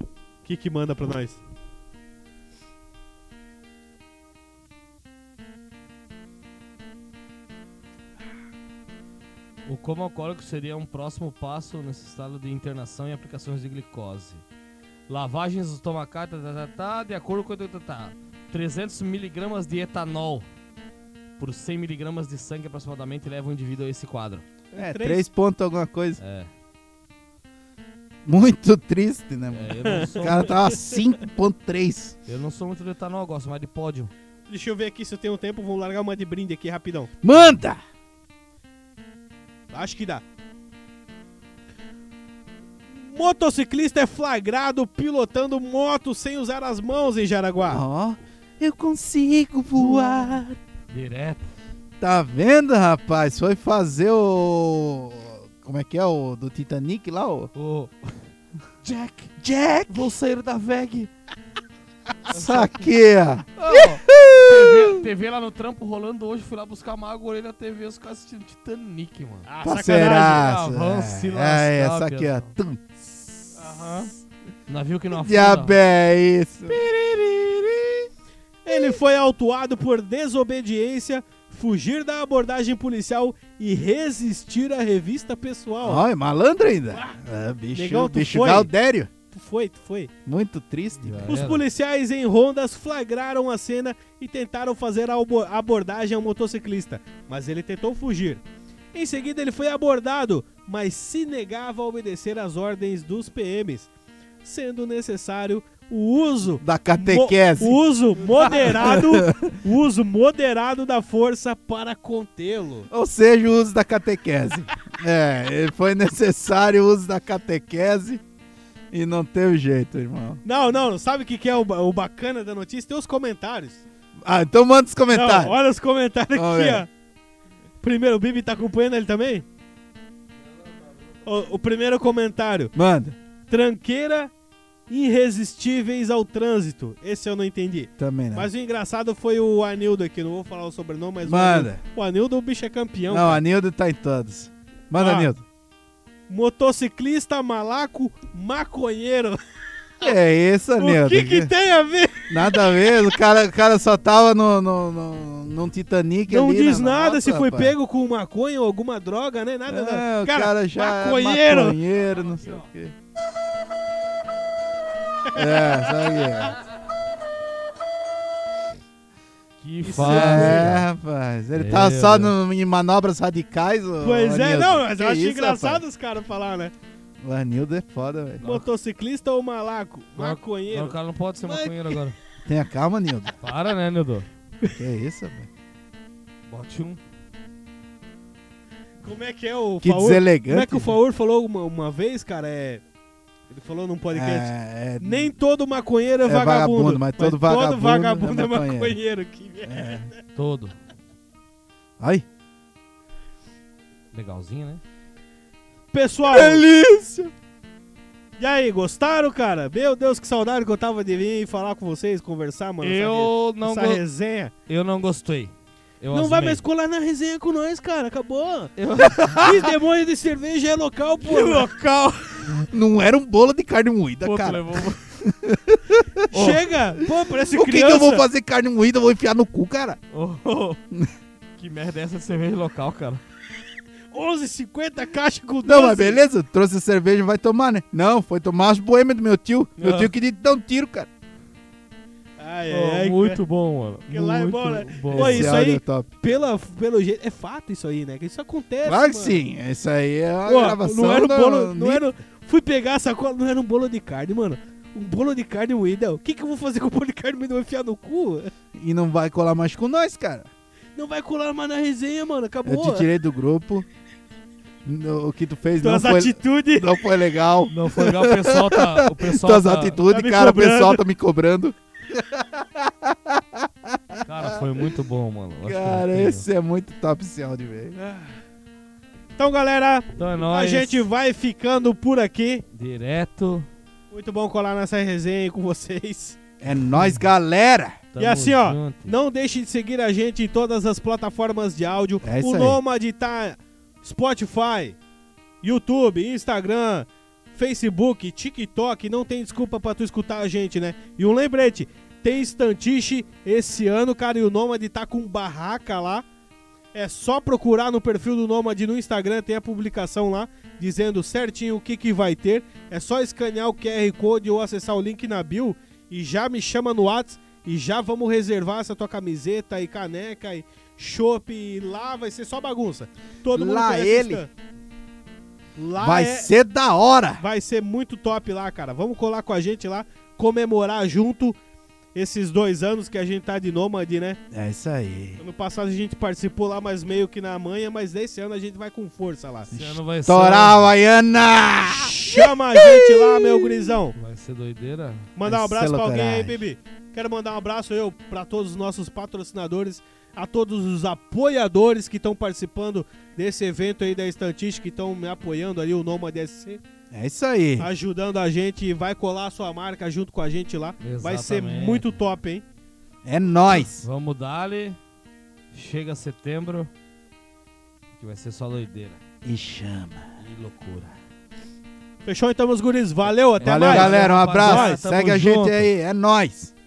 [SPEAKER 1] O que que manda pra nós?
[SPEAKER 2] O coma alcoólico seria um próximo passo nesse estado de internação e aplicações de glicose. Lavagens estomacais, tá, tá, tá, tá, de acordo com... Tá, tá, tá. 300 miligramas de etanol por 100 miligramas de sangue aproximadamente leva o indivíduo a esse quadro.
[SPEAKER 3] É,
[SPEAKER 1] Três.
[SPEAKER 3] 3 pontos alguma coisa.
[SPEAKER 2] É,
[SPEAKER 3] Muito triste, né, mano?
[SPEAKER 2] é, eu, não sou,
[SPEAKER 3] O cara tava 5.3.
[SPEAKER 2] eu não sou muito de etanol, eu gosto mais de pódio.
[SPEAKER 1] Deixa eu ver aqui se eu tenho tempo, vamos largar uma de brinde aqui rapidão.
[SPEAKER 3] Manda!
[SPEAKER 1] Acho que dá. Motociclista é flagrado pilotando moto sem usar as mãos em Jaraguá.
[SPEAKER 3] Ó, eu consigo voar.
[SPEAKER 2] Direto.
[SPEAKER 3] Tá vendo, rapaz? Foi fazer o... Como é que é? O do Titanic lá, o...
[SPEAKER 2] Ô,
[SPEAKER 3] Jack! Jack!
[SPEAKER 2] vou sair da VEG.
[SPEAKER 3] Saquei! ó.
[SPEAKER 1] Tá
[SPEAKER 2] TV, TV lá no trampo rolando hoje, fui lá buscar uma água, orelha na TV, os caras assistindo Titanic, mano.
[SPEAKER 1] Ah,
[SPEAKER 3] Parceiraço!
[SPEAKER 2] sacanagem. Ah, vão se lascar,
[SPEAKER 3] É, essa aqui, ó.
[SPEAKER 2] piazão.
[SPEAKER 3] Tum.
[SPEAKER 1] Tá
[SPEAKER 2] Aham. Navio que não
[SPEAKER 3] Diabo
[SPEAKER 2] afunda.
[SPEAKER 3] é isso!
[SPEAKER 1] Ele foi autuado por desobediência, fugir da abordagem policial e resistir à revista pessoal.
[SPEAKER 3] Ó, é malandro ainda. É, bicho,
[SPEAKER 1] Negão, tu
[SPEAKER 3] bicho
[SPEAKER 1] foi?
[SPEAKER 3] Galdério.
[SPEAKER 1] Tu foi, tu foi.
[SPEAKER 3] Muito triste, velho.
[SPEAKER 1] Os
[SPEAKER 2] era.
[SPEAKER 1] policiais em rondas flagraram a cena e tentaram fazer a abo- abordagem ao motociclista, mas ele tentou fugir. Em seguida, ele foi abordado, mas se negava a obedecer às ordens dos PMs, sendo necessário o uso
[SPEAKER 3] Da catequese.
[SPEAKER 1] Mo- uso moderado, uso moderado da força para contê-lo.
[SPEAKER 3] Ou seja, o uso da catequese. é, e foi necessário o uso da catequese e não teve jeito, irmão.
[SPEAKER 1] Não, não, sabe o que, que é o, ba- o bacana da notícia? Tem os comentários.
[SPEAKER 3] Ah, então manda os
[SPEAKER 1] Não,
[SPEAKER 3] comentários.
[SPEAKER 1] olha os comentários
[SPEAKER 3] Vamos
[SPEAKER 1] aqui,
[SPEAKER 3] ver.
[SPEAKER 1] ó. Primeiro, o Bibi tá acompanhando ele também? O, o primeiro comentário:
[SPEAKER 3] Manda.
[SPEAKER 1] tranqueira irresistíveis ao trânsito. Esse eu não entendi.
[SPEAKER 3] Também não.
[SPEAKER 1] Mas o engraçado foi o Anildo aqui, não vou falar o sobrenome, mas o
[SPEAKER 3] Manda.
[SPEAKER 1] Anildo- o Anildo, o bicho é campeão.
[SPEAKER 3] não,
[SPEAKER 1] cara.
[SPEAKER 3] a Nildo tá em todos. Manda,
[SPEAKER 1] Ah.
[SPEAKER 3] Nildo.
[SPEAKER 1] Motociclista malaco maconheiro.
[SPEAKER 3] Que é isso, Nildo?
[SPEAKER 1] o que, que tem a ver?
[SPEAKER 3] Nada a ver, o cara, o cara só tava no, no, no, num Titanic
[SPEAKER 1] não
[SPEAKER 3] ali
[SPEAKER 1] diz
[SPEAKER 3] na
[SPEAKER 1] nada
[SPEAKER 3] moto,
[SPEAKER 1] se foi
[SPEAKER 3] rapaz.
[SPEAKER 1] pego com maconha ou alguma droga, né? Nada.
[SPEAKER 3] É,
[SPEAKER 1] nada.
[SPEAKER 3] o cara, já é
[SPEAKER 1] maconheiro.
[SPEAKER 3] maconheiro, não sei o quê. É, sabe?
[SPEAKER 2] Que
[SPEAKER 3] Isso
[SPEAKER 2] fase.
[SPEAKER 3] é,
[SPEAKER 2] cara.
[SPEAKER 3] rapaz. Ele
[SPEAKER 2] Meu
[SPEAKER 3] tava só
[SPEAKER 2] Deus.
[SPEAKER 3] no- em manobras radicais. o-
[SPEAKER 1] Pois
[SPEAKER 3] o
[SPEAKER 1] é,
[SPEAKER 3] Anildo.
[SPEAKER 1] não, mas
[SPEAKER 3] Que
[SPEAKER 1] eu acho
[SPEAKER 3] isso,
[SPEAKER 1] engraçado os caras falar, né?
[SPEAKER 3] rapaz? O Anildo é foda, velho.
[SPEAKER 1] Motociclista ou malaco?
[SPEAKER 2] Agora- agora
[SPEAKER 1] Maconheiro.
[SPEAKER 2] O cara não pode ser
[SPEAKER 1] Mas-
[SPEAKER 2] maconheiro agora.
[SPEAKER 3] Tenha calma, Nildo.
[SPEAKER 2] Para, né, Nildo?
[SPEAKER 3] Que isso, velho.
[SPEAKER 2] Bote um.
[SPEAKER 1] Como é que é o
[SPEAKER 3] Que
[SPEAKER 1] Faur?
[SPEAKER 3] deselegante. né?
[SPEAKER 1] Como é que o Faur falou uma, uma vez, cara? É. Ele falou num podcast.
[SPEAKER 3] É, é-
[SPEAKER 1] Nem todo maconheiro é,
[SPEAKER 3] É
[SPEAKER 1] vagabundo,
[SPEAKER 3] vagabundo, mas todo vagabundo
[SPEAKER 1] vagabundo
[SPEAKER 3] é
[SPEAKER 1] é
[SPEAKER 3] maconheiro.
[SPEAKER 1] maconheiro. Que merda.
[SPEAKER 3] é.
[SPEAKER 2] Todo.
[SPEAKER 3] Ai.
[SPEAKER 2] Legalzinho, né?
[SPEAKER 1] Pessoal,
[SPEAKER 3] Delícia!
[SPEAKER 1] e aí, gostaram, cara? Meu Deus, que saudade que eu tava de vir falar com vocês, conversar, mano. essa re-
[SPEAKER 2] eu, não
[SPEAKER 1] essa
[SPEAKER 2] go-
[SPEAKER 1] resenha.
[SPEAKER 2] eu não gostei. Eu
[SPEAKER 1] não vai
[SPEAKER 2] asmei.
[SPEAKER 1] mais colar na resenha com nós, cara. Acabou.
[SPEAKER 2] Eu-
[SPEAKER 1] Ih, demônio de cerveja é local, pô.
[SPEAKER 3] local! Não era um bolo de carne moída,
[SPEAKER 2] Pô, tu
[SPEAKER 3] cara.
[SPEAKER 2] levou-
[SPEAKER 1] Chega. Pô, parece
[SPEAKER 3] O que, que
[SPEAKER 1] criança.
[SPEAKER 3] eu vou fazer carne moída? Eu vou enfiar no cu, cara.
[SPEAKER 2] Ô, ô. oh, que merda é essa de cerveja local, cara?
[SPEAKER 1] 11,50 caixa com 12.
[SPEAKER 3] Não, mas beleza, trouxe a cerveja, vai tomar, né? Não, foi tomar as boêmias do meu tio. Meu
[SPEAKER 2] Ah.
[SPEAKER 3] tio queria te dar um tiro, cara.
[SPEAKER 1] Ai,
[SPEAKER 2] Ô,
[SPEAKER 1] ai, ai,
[SPEAKER 2] Oh, muito bom, mano.
[SPEAKER 1] É, Que lá é
[SPEAKER 2] muito
[SPEAKER 1] bom, né?
[SPEAKER 2] bom.
[SPEAKER 1] Pô, isso
[SPEAKER 3] Esse áudio
[SPEAKER 1] aí-
[SPEAKER 3] é top.
[SPEAKER 1] Pela, pelo jeito, é fato isso aí, né? Que isso acontece,
[SPEAKER 3] Claro que
[SPEAKER 1] mano.
[SPEAKER 3] sim, isso aí é uma
[SPEAKER 1] Pô,
[SPEAKER 3] gravação.
[SPEAKER 1] não era um
[SPEAKER 3] da-
[SPEAKER 1] bolo, não era, fui pegar a sacola, não era um bolo de carne, mano. Um bolo de carne moída. O que, que eu vou fazer com o bolo de carne moída? Eu Vou enfiar no cu?
[SPEAKER 3] E não vai colar mais com nós, cara.
[SPEAKER 1] Não vai colar mais na resenha, mano. Acabou.
[SPEAKER 3] Eu te tirei do grupo. No- O que tu fez não
[SPEAKER 1] Tuas
[SPEAKER 3] foi,
[SPEAKER 1] Então, atitudes.
[SPEAKER 3] não foi legal.
[SPEAKER 2] Não foi legal, o pessoal tá. O pessoal
[SPEAKER 3] Tuas
[SPEAKER 2] tá-
[SPEAKER 3] atitudes,
[SPEAKER 1] tá me
[SPEAKER 3] cara, o
[SPEAKER 1] cobrando.
[SPEAKER 3] pessoal tá me cobrando.
[SPEAKER 2] Cara, foi muito bom, mano. Eu acho
[SPEAKER 3] Cara,
[SPEAKER 2] incrível.
[SPEAKER 3] esse é muito top esse áudio, velho.
[SPEAKER 1] Então, galera,
[SPEAKER 2] Então é
[SPEAKER 1] a
[SPEAKER 2] nóis.
[SPEAKER 1] gente vai ficando por aqui.
[SPEAKER 2] Direto.
[SPEAKER 1] Muito bom colar nessa resenha aí com vocês.
[SPEAKER 3] É nóis, galera!
[SPEAKER 1] e assim, ó,
[SPEAKER 2] junto.
[SPEAKER 1] não deixe de seguir a gente em todas as plataformas de áudio.
[SPEAKER 3] É isso
[SPEAKER 1] o
[SPEAKER 3] aí.
[SPEAKER 1] Nômade tá Spotify, YouTube, Instagram, Facebook, TikTok. Não tem desculpa pra tu escutar a gente, né? E um lembrete, tem estantiche esse ano, cara, e o Nômade tá com barraca lá. É só procurar no perfil do Nômade no Instagram, tem a publicação lá, dizendo certinho o que, que vai ter. É só escanear o QR Code ou acessar o link na bio e já me chama no Whats e já vamos reservar essa tua camiseta e caneca e chopp e lá vai ser só bagunça. Todo mundo
[SPEAKER 3] Lá
[SPEAKER 1] conhece
[SPEAKER 3] ele.
[SPEAKER 1] o Stan. Lá
[SPEAKER 3] Vai
[SPEAKER 1] é-
[SPEAKER 3] ser da hora!
[SPEAKER 1] Vai ser muito top lá, cara. Vamos colar com a gente lá, comemorar junto esses dois anos que a gente tá de nômade, né?
[SPEAKER 3] É isso aí.
[SPEAKER 1] Ano passado a gente participou lá, mas meio que na manhã, mas esse ano a gente vai com força lá.
[SPEAKER 2] Esse ano vai
[SPEAKER 3] Torá,
[SPEAKER 2] ser.
[SPEAKER 3] Havaiana!
[SPEAKER 1] Chama a gente lá, meu grisão.
[SPEAKER 2] Vai ser doideira.
[SPEAKER 1] Mandar um abraço pra alguém aí,
[SPEAKER 3] Excelente.
[SPEAKER 1] Bibi. Quero mandar um abraço eu pra todos os nossos patrocinadores, a todos os apoiadores que estão participando desse evento aí da Estantista, que estão me apoiando ali, o Nômade SC.
[SPEAKER 3] É isso aí.
[SPEAKER 1] ajudando a gente e vai colar a sua marca junto com a gente lá. Vai ser
[SPEAKER 2] Exatamente.
[SPEAKER 1] muito top, hein?
[SPEAKER 3] É nóis!
[SPEAKER 2] Vamos dali. Chega setembro. Que vai ser só doideira.
[SPEAKER 3] E chama.
[SPEAKER 2] E loucura.
[SPEAKER 1] Fechou então, meus guris. Valeu, até
[SPEAKER 3] Valeu,
[SPEAKER 1] mais.
[SPEAKER 3] galera. Um
[SPEAKER 2] rapaziada,
[SPEAKER 3] abraço.
[SPEAKER 2] tamo
[SPEAKER 3] Segue a
[SPEAKER 2] junto.
[SPEAKER 3] gente aí. É nóis!